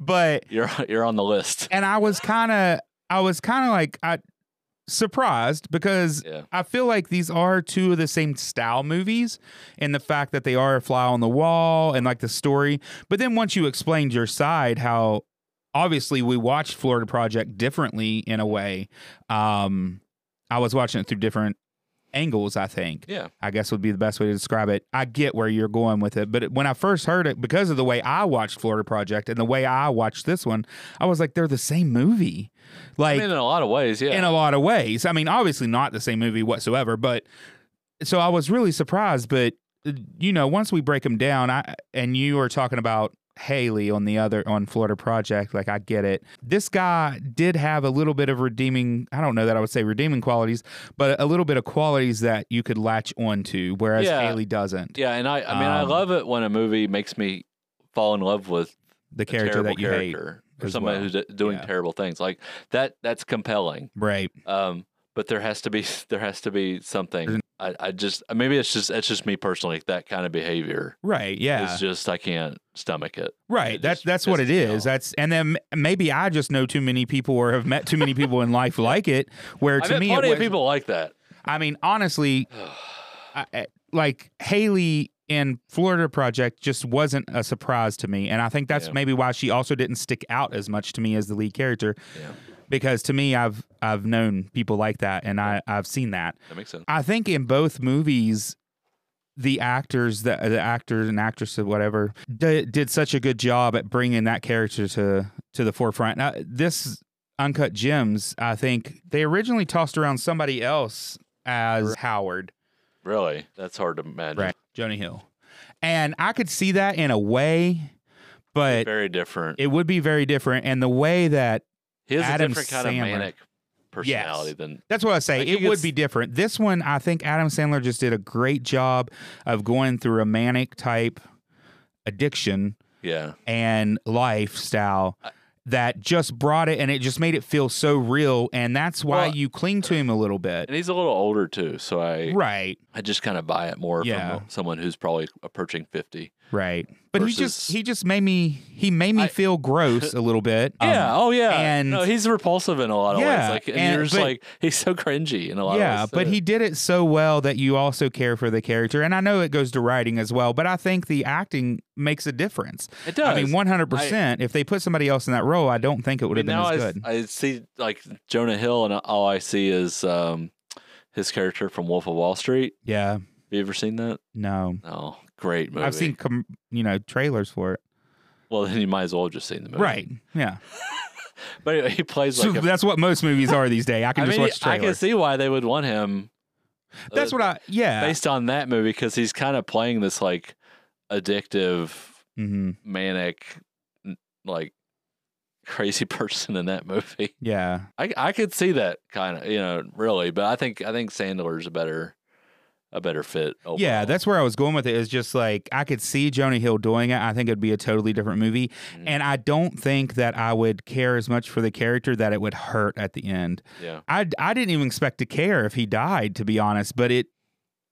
But
You're you're on the list.
and I was kind of I was kind of like I surprised because
Yeah.
I feel like these are two of the same style movies and the fact that they are a fly on the wall and like the story. But then once you explained your side how obviously we watched Florida Project differently in a way. Um I was watching it through different angles, I think.
Yeah.
I guess would be the best way to describe it. I get where you're going with it, but when I first heard it, because of the way I watched Florida Project and the way I watched this one, I was like, they're the same movie,
I
like
mean, in a lot of ways, yeah.
in a lot of ways. I mean, obviously not the same movie whatsoever, but so I was really surprised. But uh, you know, once we break them down, I and you are talking about Haley on the other on Florida Project, like I get it. This guy did have a little bit of redeeming. I don't know that I would say redeeming qualities, but a little bit of qualities that you could latch onto, whereas
Yeah.
Haley doesn't.
yeah, and I I mean, I
Um,
love it when a movie makes me fall in love with
The
a
character
terrible
that you
character or
as
somebody
well.
who's d- doing
Yeah.
terrible things. Like that that's compelling.
hate, right?
Um, but there has to be there has to be something.
There's-
I, I just maybe it's just it's just me personally. That kind of behavior
Right? Yeah.
is just I can't stomach it.
Right.
It
That's
just
that's what it
pisses me
is.
off.
That's and then m- maybe I just know too many people or have met too many people in life like it. Where
I
to
met
me, it
plenty of
was-
people like that.
I mean, honestly, I, I- like Haley in Florida Project just wasn't a surprise to me, and I think that's
Yeah.
maybe why she also didn't stick out as much to me as the lead character,
yeah,
because to me, I've I've known people like that, and I I've seen that.
that makes sense.
I think in both movies, the actors, the, the actors and actresses, whatever, did, did such a good job at bringing that character to to the forefront. Now, this Uncut Gems, I think they originally tossed around somebody else as Howard,
Really, that's hard to imagine.
right? Joni Hill, and I could see that in a way, but
Very different.
it would be very different. And the way that
He has
Adam
a different kind
Sandler.
of manic personality than
That's what I say.
Like, he
it would
gets-
be different. This one, I think Adam Sandler just did a great job of going through a manic type addiction
yeah.
and lifestyle
Uh,
that just brought it and it just made it feel so real. And that's why
Well-
you cling to him a little bit.
And he's a little older too, so I
Right,
I just kind of buy it more
Yeah.
from someone who's probably approaching fifty.
right. But he just
Versus-
he just made me he made me
I-
feel gross a little bit.
yeah.
Um,
Oh yeah.
and-
no, he's repulsive in a lot of
Yeah,
ways. Like, and,
and-
you're just
but-
like he's so cringy in a lot
yeah,
of ways.
but
too.
he did it so well that you also care for the character. And I know it goes to writing as well, but I think the acting makes a difference.
it does.
I mean, one hundred percent. If they put somebody else in that role, I don't think it would
I mean,
have been as
now I, s-
good.
I see like Jonah Hill, and all I see is um, his character from Wolf of Wall Street.
yeah,
Have you ever seen that?
no,
Oh, great movie.
I've seen com- you know trailers for it.
Well, then you might as well have just seen the movie,
Right? Yeah,
But anyway, he plays
so
like. a,
that's what most movies are these days. I can
I
just
mean,
watch
I can
trailers.
see why they would want him.
that's
uh,
what I. Yeah.
based on that movie because he's kind of playing this like addictive,
hmm
manic, n- like crazy person in that movie.
Yeah.
I I could see that kind of you know really, but I think I think Sandler's a better a better fit. Overall.
Yeah, that's where I was going with it. Is just like I could see Jonah Hill doing it. I think it'd be a totally different movie,
Mhm.
and I don't think that I would care as much for the character that it would hurt at the end.
yeah.
I I didn't even expect to care if he died, to be honest. But it,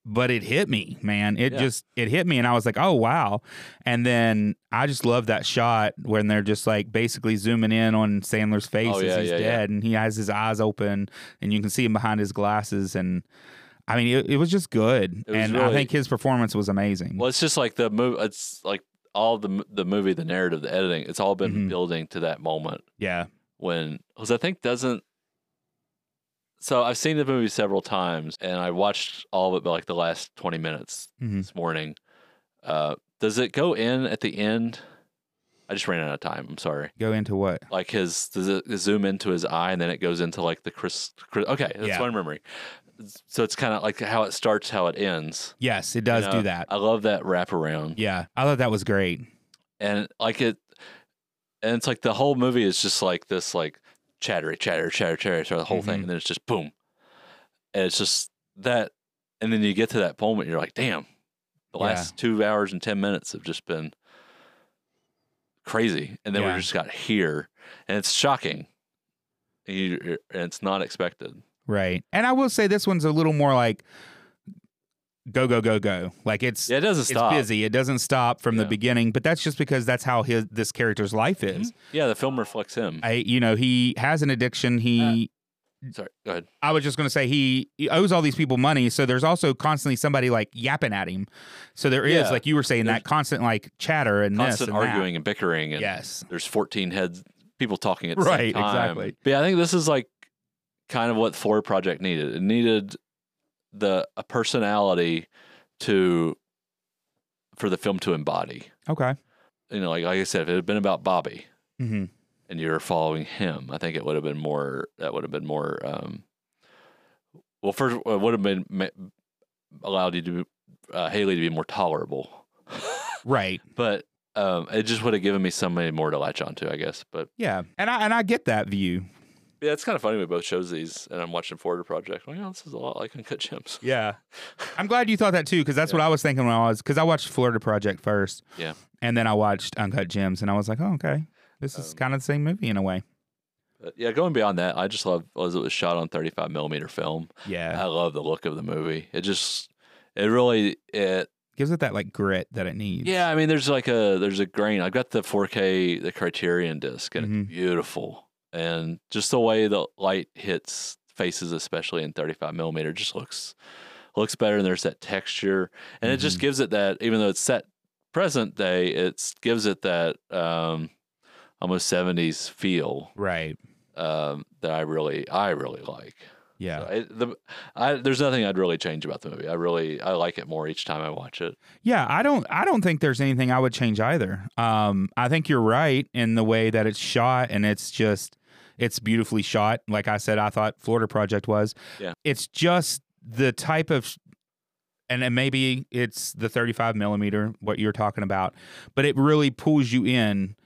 but it hit me, man. It
Yeah.
just it hit me, and I was like, oh wow. And then I just love that shot when they're just like basically zooming in on Sandler's face
Oh,
as
yeah,
he's
yeah, yeah.
dead, and he has his eyes open, and you can see him behind his glasses. And I mean, it, it was just good,
was
and I
really-
think his performance was amazing.
Well, it's just like the movie. It's like all the m- the movie, the narrative, the editing. It's all been
Mhm.
building to that moment
yeah,
when because I think doesn't. So I've seen the movie several times, and I watched all of it, but like the last twenty minutes
Mhm.
this morning. Uh, does it go in at the end? I just ran out of time. I'm sorry.
go into what?
Like his, does it zoom into his eye and then it goes into like the Chris? Chris okay, that's
Yeah.
one memory. So it's kind of like how it starts, how it ends.
Yes, it
you
does
know? um,
do that.
I love that wraparound.
yeah, I thought that was great.
And like it, and it's like the whole movie is just like this, like chattery, chatter, chatter, chatter, chatter the whole thing.
Mhm.
And then it's just boom. And it's just that. And then you get to that moment, you're like, damn, the
Yeah.
last two hours and 10 minutes have just been crazy. And then
Yeah.
we just got here. And it's shocking. And, you, and it's er, not expected.
Right. And I will say this one's a little more like go go go go. Like it's
Yeah, it doesn't
it's
stop.
busy. It doesn't stop from the
Yeah.
beginning, but that's just because that's how his this character's life is.
Mm-hmm. Yeah, the film reflects him.
I you know, he has an addiction. He
Sorry, go ahead.
I was just going to say he, he owes all these people money, so there's also constantly somebody like yapping at him. So there is
Yeah.
like you were saying that
There's-
constant like chatter and this
Constant
and that.
arguing and bickering, and
Yes.
there's 14 heads, people talking at the
Right,
same time.
exactly.
But yeah, I think this is like kind of what Florida Project needed. It needed the a personality to for the film to embody.
Okay.
You know, like like I said, if it had been about Bobby,
hmm
and you're following him, I think it would have been more. That would have been more. Um, well, first, it would have been ma- allowed you to uh, Haley to be more tolerable,
Right.
but um, it just would have given me somebody more to latch onto, I guess. But
Yeah. And I and I get that view.
yeah, it's kind of funny we both chose these, and I'm watching Florida Project. Well, you know, this is a lot like Uncut Gems.
Yeah. I'm glad you thought that too, because that's what I was thinking when I was, because I watched Florida Project first.
Yeah.
And then I watched Uncut Gems, and I was like, oh, okay. This is
Um,
kind of the same movie in a way.
But yeah, going beyond that, I just love as it was shot on 35 millimeter film.
Yeah.
I love the look of the movie. It just, it really, it
Gives it that like grit that it needs.
Yeah, I mean, there's like a there's a grain. I've got the 4K the Criterion disc, and
Mhm.
it's beautiful. And just the way the light hits faces, especially in 35 millimeter, just looks looks better. And there's that texture, and it just
Mhm.
gives it that. Even though it's set present day, it gives it that um, almost 70s feel
Right.
um, that I really I really like.
Yeah.
So I, the, I, there's nothing I'd really change about the movie. I really I like it more each time I watch it.
Yeah, I don't I don't think there's anything I would change either. Um I think you're right in the way that it's shot and it's just it's beautifully shot. Like I said, I thought Florida Project was.
Yeah.
It's just the type of and and maybe it's the 35 millimeter what you're talking about, but it really pulls you in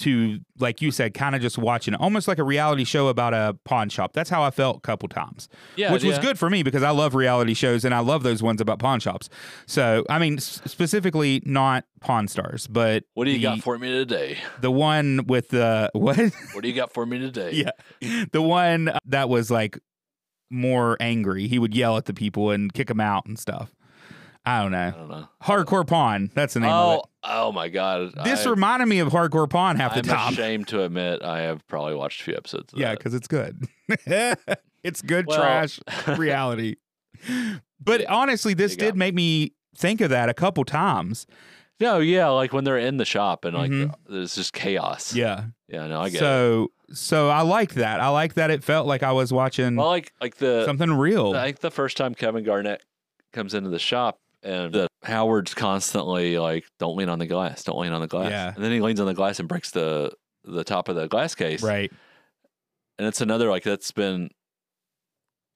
to like you said, kind of just watching it, almost like a reality show about a pawn shop. That's how I felt a couple times
Yeah,
which was
yeah.
good for me because I love reality shows and I love those ones about pawn shops. So, I mean, s- specifically not Pawn Stars, but
What do you
the,
got for me today?
the one with the what?
What do you got for me today?
yeah, the one that was like more angry. He would yell at the people and kick them out and stuff. I don't
I
know.
don't know.
Hardcore Pawn. That's the name
oh,
of
oh my God.
it. This
I,
reminded me of Hardcore Pawn half
I'm
the time.
ashamed to admit I have probably watched a few episodes of
Yeah,
that.
because it's good. it's good
Well-
trash reality. But honestly, this
You got
did
me.
make me think of that a couple times.
no, yeah, like when they're in the shop and like
Mhm.
there's just chaos.
Yeah.
Yeah, no, I get it.
so so I like that. I like that it felt like I was watching
Well, like, like the,
something real.
I think the first time Kevin Garnett comes into the shop and the Howard's constantly like, don't lean on the glass, don't lean on the glass.
Yeah.
And then he leans on the glass and breaks the, the top of the glass case.
right.
And it's another, like, that's been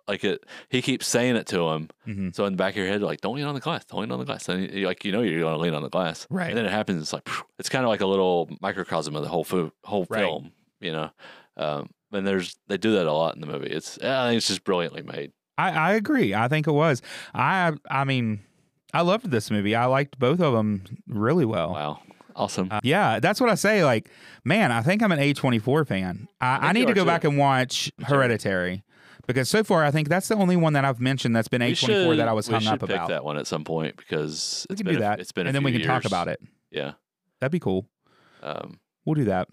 like it, he keeps saying it to him.
hmm
So in the back of your head, you're like, don't lean on the glass, don't lean on the glass. And you- like, you know, you're going to lean on the glass.
Right.
And then it happens. It's like, phew, it's kind of like a little microcosm of the whole food, whole
Right.
film, you know? Um, and there's, they do that a lot in the movie. It's, I think it's just brilliantly made.
I, I agree. I think it was. I I mean, I loved this movie. I liked both of them really well.
Wow. Awesome.
Oh. Uh, yeah, that's what I say. Like, man, I think I'm an A24 fan. I, I
think
need
you
to
are
go
too.
back and watch
too.
Hereditary because so far I think that's the only one that I've mentioned that's been
We
A24
should-
that I was
we
hung
should
up
pick
about.
that one at some point because
We
it's
can
been
do
a-
that,
it's been a
and then
few
we can talk
years.
about it.
Yeah.
That'd be cool.
Um,
We'll do that.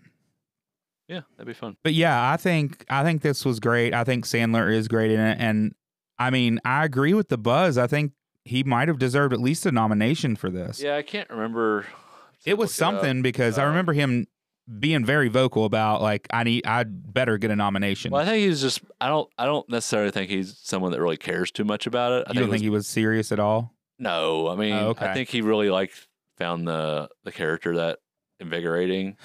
yeah, that'd be fun.
But yeah, I think I think this was great. I think Sandler is great in it, and I mean, I agree with the buzz. I think he might have deserved at least a nomination for this.
Yeah, I can't remember.
it was
Look up.
something because I
Um,
remember him being very vocal about like I need I better get a nomination.
Well, I think he's just. I don't. I don't necessarily think he's someone that really cares too much about it. I
you
think it
don't
was
think he was serious at all?
No, I mean,
okay.
I think he really like found the the character that invigorating.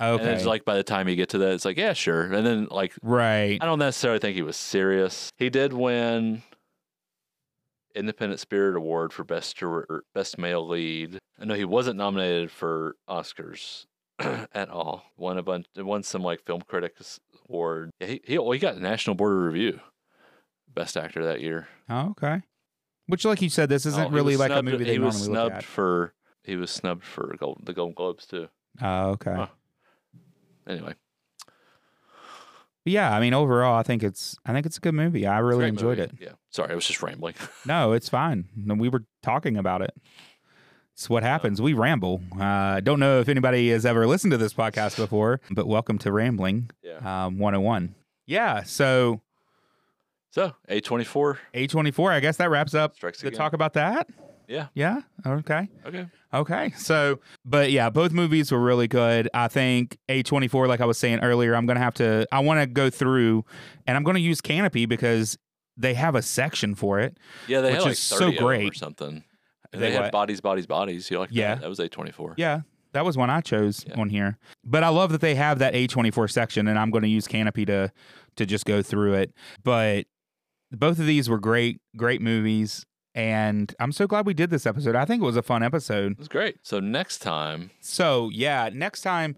Okay,
And it's like by the time you get to that, it's like, yeah, sure. And then like,
right.
I don't necessarily think he was serious. He did win Independent Spirit Award for best dir- or best male lead. I know he wasn't nominated for Oscars at all. Won a bunch. Won some like film critics award. Yeah, he he, well, he got National Board of Review best actor that year.
Oh, okay. Which, like you said, this isn't
No, Oh, he
really
was
like a
snubbed-
movie they
He was
normally look at.
snubbed for he was snubbed for gold, the Golden Globes too.
Oh, okay.
Huh. Anyway,
But yeah, I mean, overall, I think it's I think it's a good movie. I really
Great
enjoyed
movie.
it.
Yeah. Sorry, I was just rambling.
No, it's fine. No, We were talking about it. It's what happens. We ramble. Uh, don't know if anybody has ever listened to this podcast before, but welcome to Rambling
Yeah.
um, 101. Yeah, so
So A twenty four
A24, I guess that wraps up
strikes
the
again.
talk about that.
Yeah.
Yeah. Okay.
Okay.
Okay. So, but yeah, both movies were really good. I think A24, like I was saying earlier, I'm going to have to, I want to go through and I'm going to use Canopy because they have a section for it.
Yeah, they
Which
had like
is so
30 of them or
great.
something. And
They
they, had
what?
bodies, bodies, bodies. You like
Yeah.
that? That was A twenty four.
Yeah. That was one I chose
Yeah.
on here. But I love that they have that A24 section and I'm going to use Canopy to to just go through it. But both of these were great great movies and I'm so glad we did this episode. I think it was a fun episode.
It was great. So next time,
So yeah, next time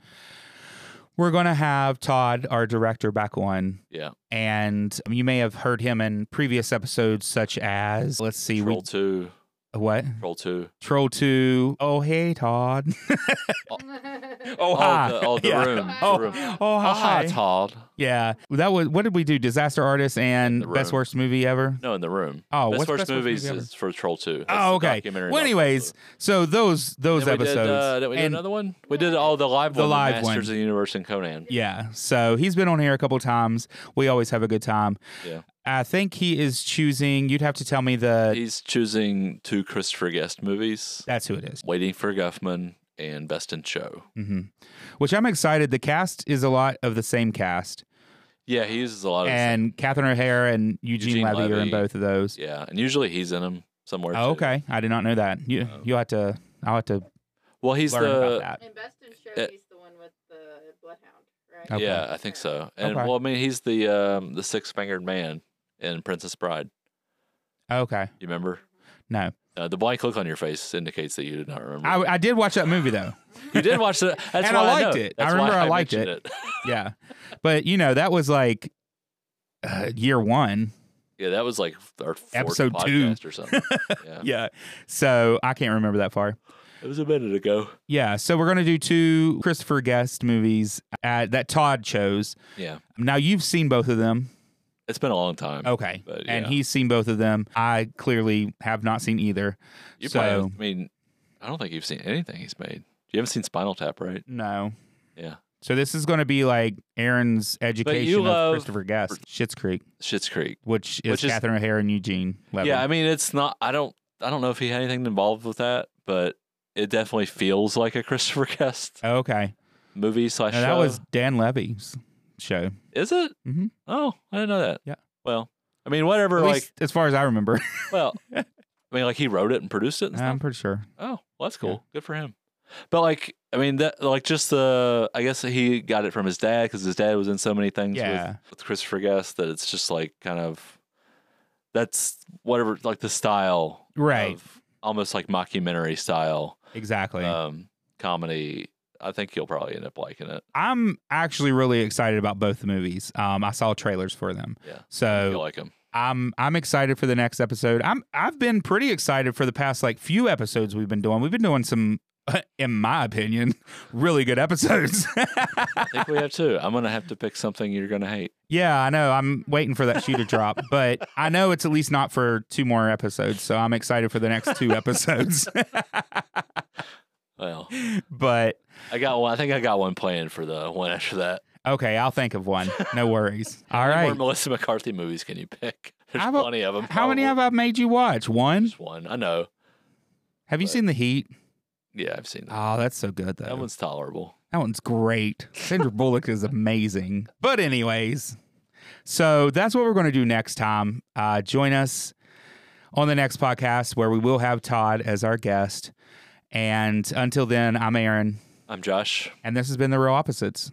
we're gonna have Todd, our director, back on.
Yeah.
and you may have heard him in previous episodes, such as let's see,
Troll
we,
Two,
what
Troll Two,
Troll Two. Oh hey, Todd. oh hi.
oh the, oh, the
Yeah.
room, The
Oh,
room.
oh
Oh, hi,
hi.
Todd.
Yeah, that was what did we do? Disaster Artist and
The
best
Room.
worst movie ever.
No, in the room.
Oh,
best
what's
worst
best worst movie
movies
ever?
is for Troll Two. That's
Oh,
the
okay.
documentary
Well,
about
anyways,
Troll
so those
Two.
those
Then we
episodes.
did, uh, did we do
And-
another one? We did all the live
The
one,
live
Masters
one.
of the Universe and Conan.
Yeah. So he's been on here a couple times. We always have a good time.
Yeah.
I think he is choosing. You'd have to tell me the.
He's choosing two Christopher Guest movies:
that's who it is.
Waiting for Guffman and Best in Show.
hmm Which I'm excited. The cast is a lot of the same cast,
Yeah, he uses a lot of. the same-
and Catherine O'Hara and Eugene,
Oh, Eugene
Levy, are in
Levy.
both of those.
yeah, and usually he's in them somewhere.
Oh,
too.
okay, I did not know that. You
Oh.
you will have to. I'll have to
Well, he's
learn
the
about that.
And Best in Show,
Uh,
he's the one with the bloodhound, right?
Okay.
Yeah, I think so. And
Okay.
well, I mean, he's the um, the six fingered man in Princess Bride.
Okay,
You remember?
no,
Uh, the blank look on your face indicates that you did not remember.
I, I did watch that movie though.
you did watch it. That's
And I
why
liked
know.
it. I
That's why
remember I liked
mentioned
yeah, but you know that was like uh, year one.
Yeah, that was like our fourth
Episode two.
podcast or something. Yeah.
Yeah, so I can't remember that far.
it was a minute ago.
Yeah, so we're gonna do two Christopher Guest movies uh that Todd chose.
Yeah,
Now you've seen both of them.
it's been a long time.
Okay.
But,
And
yeah.
he's seen both of them. I clearly have not seen either.
you
so
probably. haven't- I mean, I don't think you've seen anything he's made. You haven't seen Spinal Tap, right?
no.
Yeah.
So this is going to be like Aaron's
you
education of
love-
Christopher Guest, Schitt's Creek,
Shit's Creek.
which is
Which is-
Catherine O'Hara and Eugene Levy.
Yeah, I mean, it's not. I don't. I don't know if he had anything involved with that, but it definitely feels like a Christopher Guest
okay.
movie slash.
Now that
show.
was Dan Levy's show.
Is it?
Mhm.
Oh, I didn't know that.
Yeah.
Well, I mean, whatever.
At
like,
least as far as I remember,
well, I mean, like he wrote it and produced it. And
I'm
stuff.
pretty sure.
Oh, well, that's
Um, yeah.
cool. Good for him. But like, I mean, that like just the. I guess he got it from his dad because his dad was in so many things
Yeah.
with, with Christopher Guest that it's just like kind of. That's whatever, like the style,
Right.
Of almost like mockumentary style
Exactly.
um, comedy. I think you'll probably end up liking it.
I'm actually really excited about both the movies. Um, I saw trailers for them.
Yeah.
So
You'll like him.
I'm I'm excited for the next episode. I'm I've been pretty excited for the past like few episodes we've been doing. We've been doing some, in my opinion, really good episodes.
I think we have too. I'm gonna have to pick something you're gonna hate.
yeah, I know. I'm waiting for that shoe to drop, but I know it's at least not for two more episodes. So I'm excited for the next two episodes.
Well,
but
I got one. I think I got one planned for the one after that.
okay, I'll think of one. No worries. All
How many
right.
more Melissa McCarthy movies can you pick? There's
I've-
plenty of them.
How many have
probably.
I made you watch? One.
Just one. I know.
Have you
But-
seen The Heat?
Yeah, I've seen that.
Oh, that's so good though.
that one's tolerable.
That one's great. Sandra Bullock is amazing. But anyways, so that's what we're going to do next time. Uh, join us on the next podcast where we will have Todd as our guest. And until then, I'm Aaron,
I'm Josh.
and this has been The Real Opposites.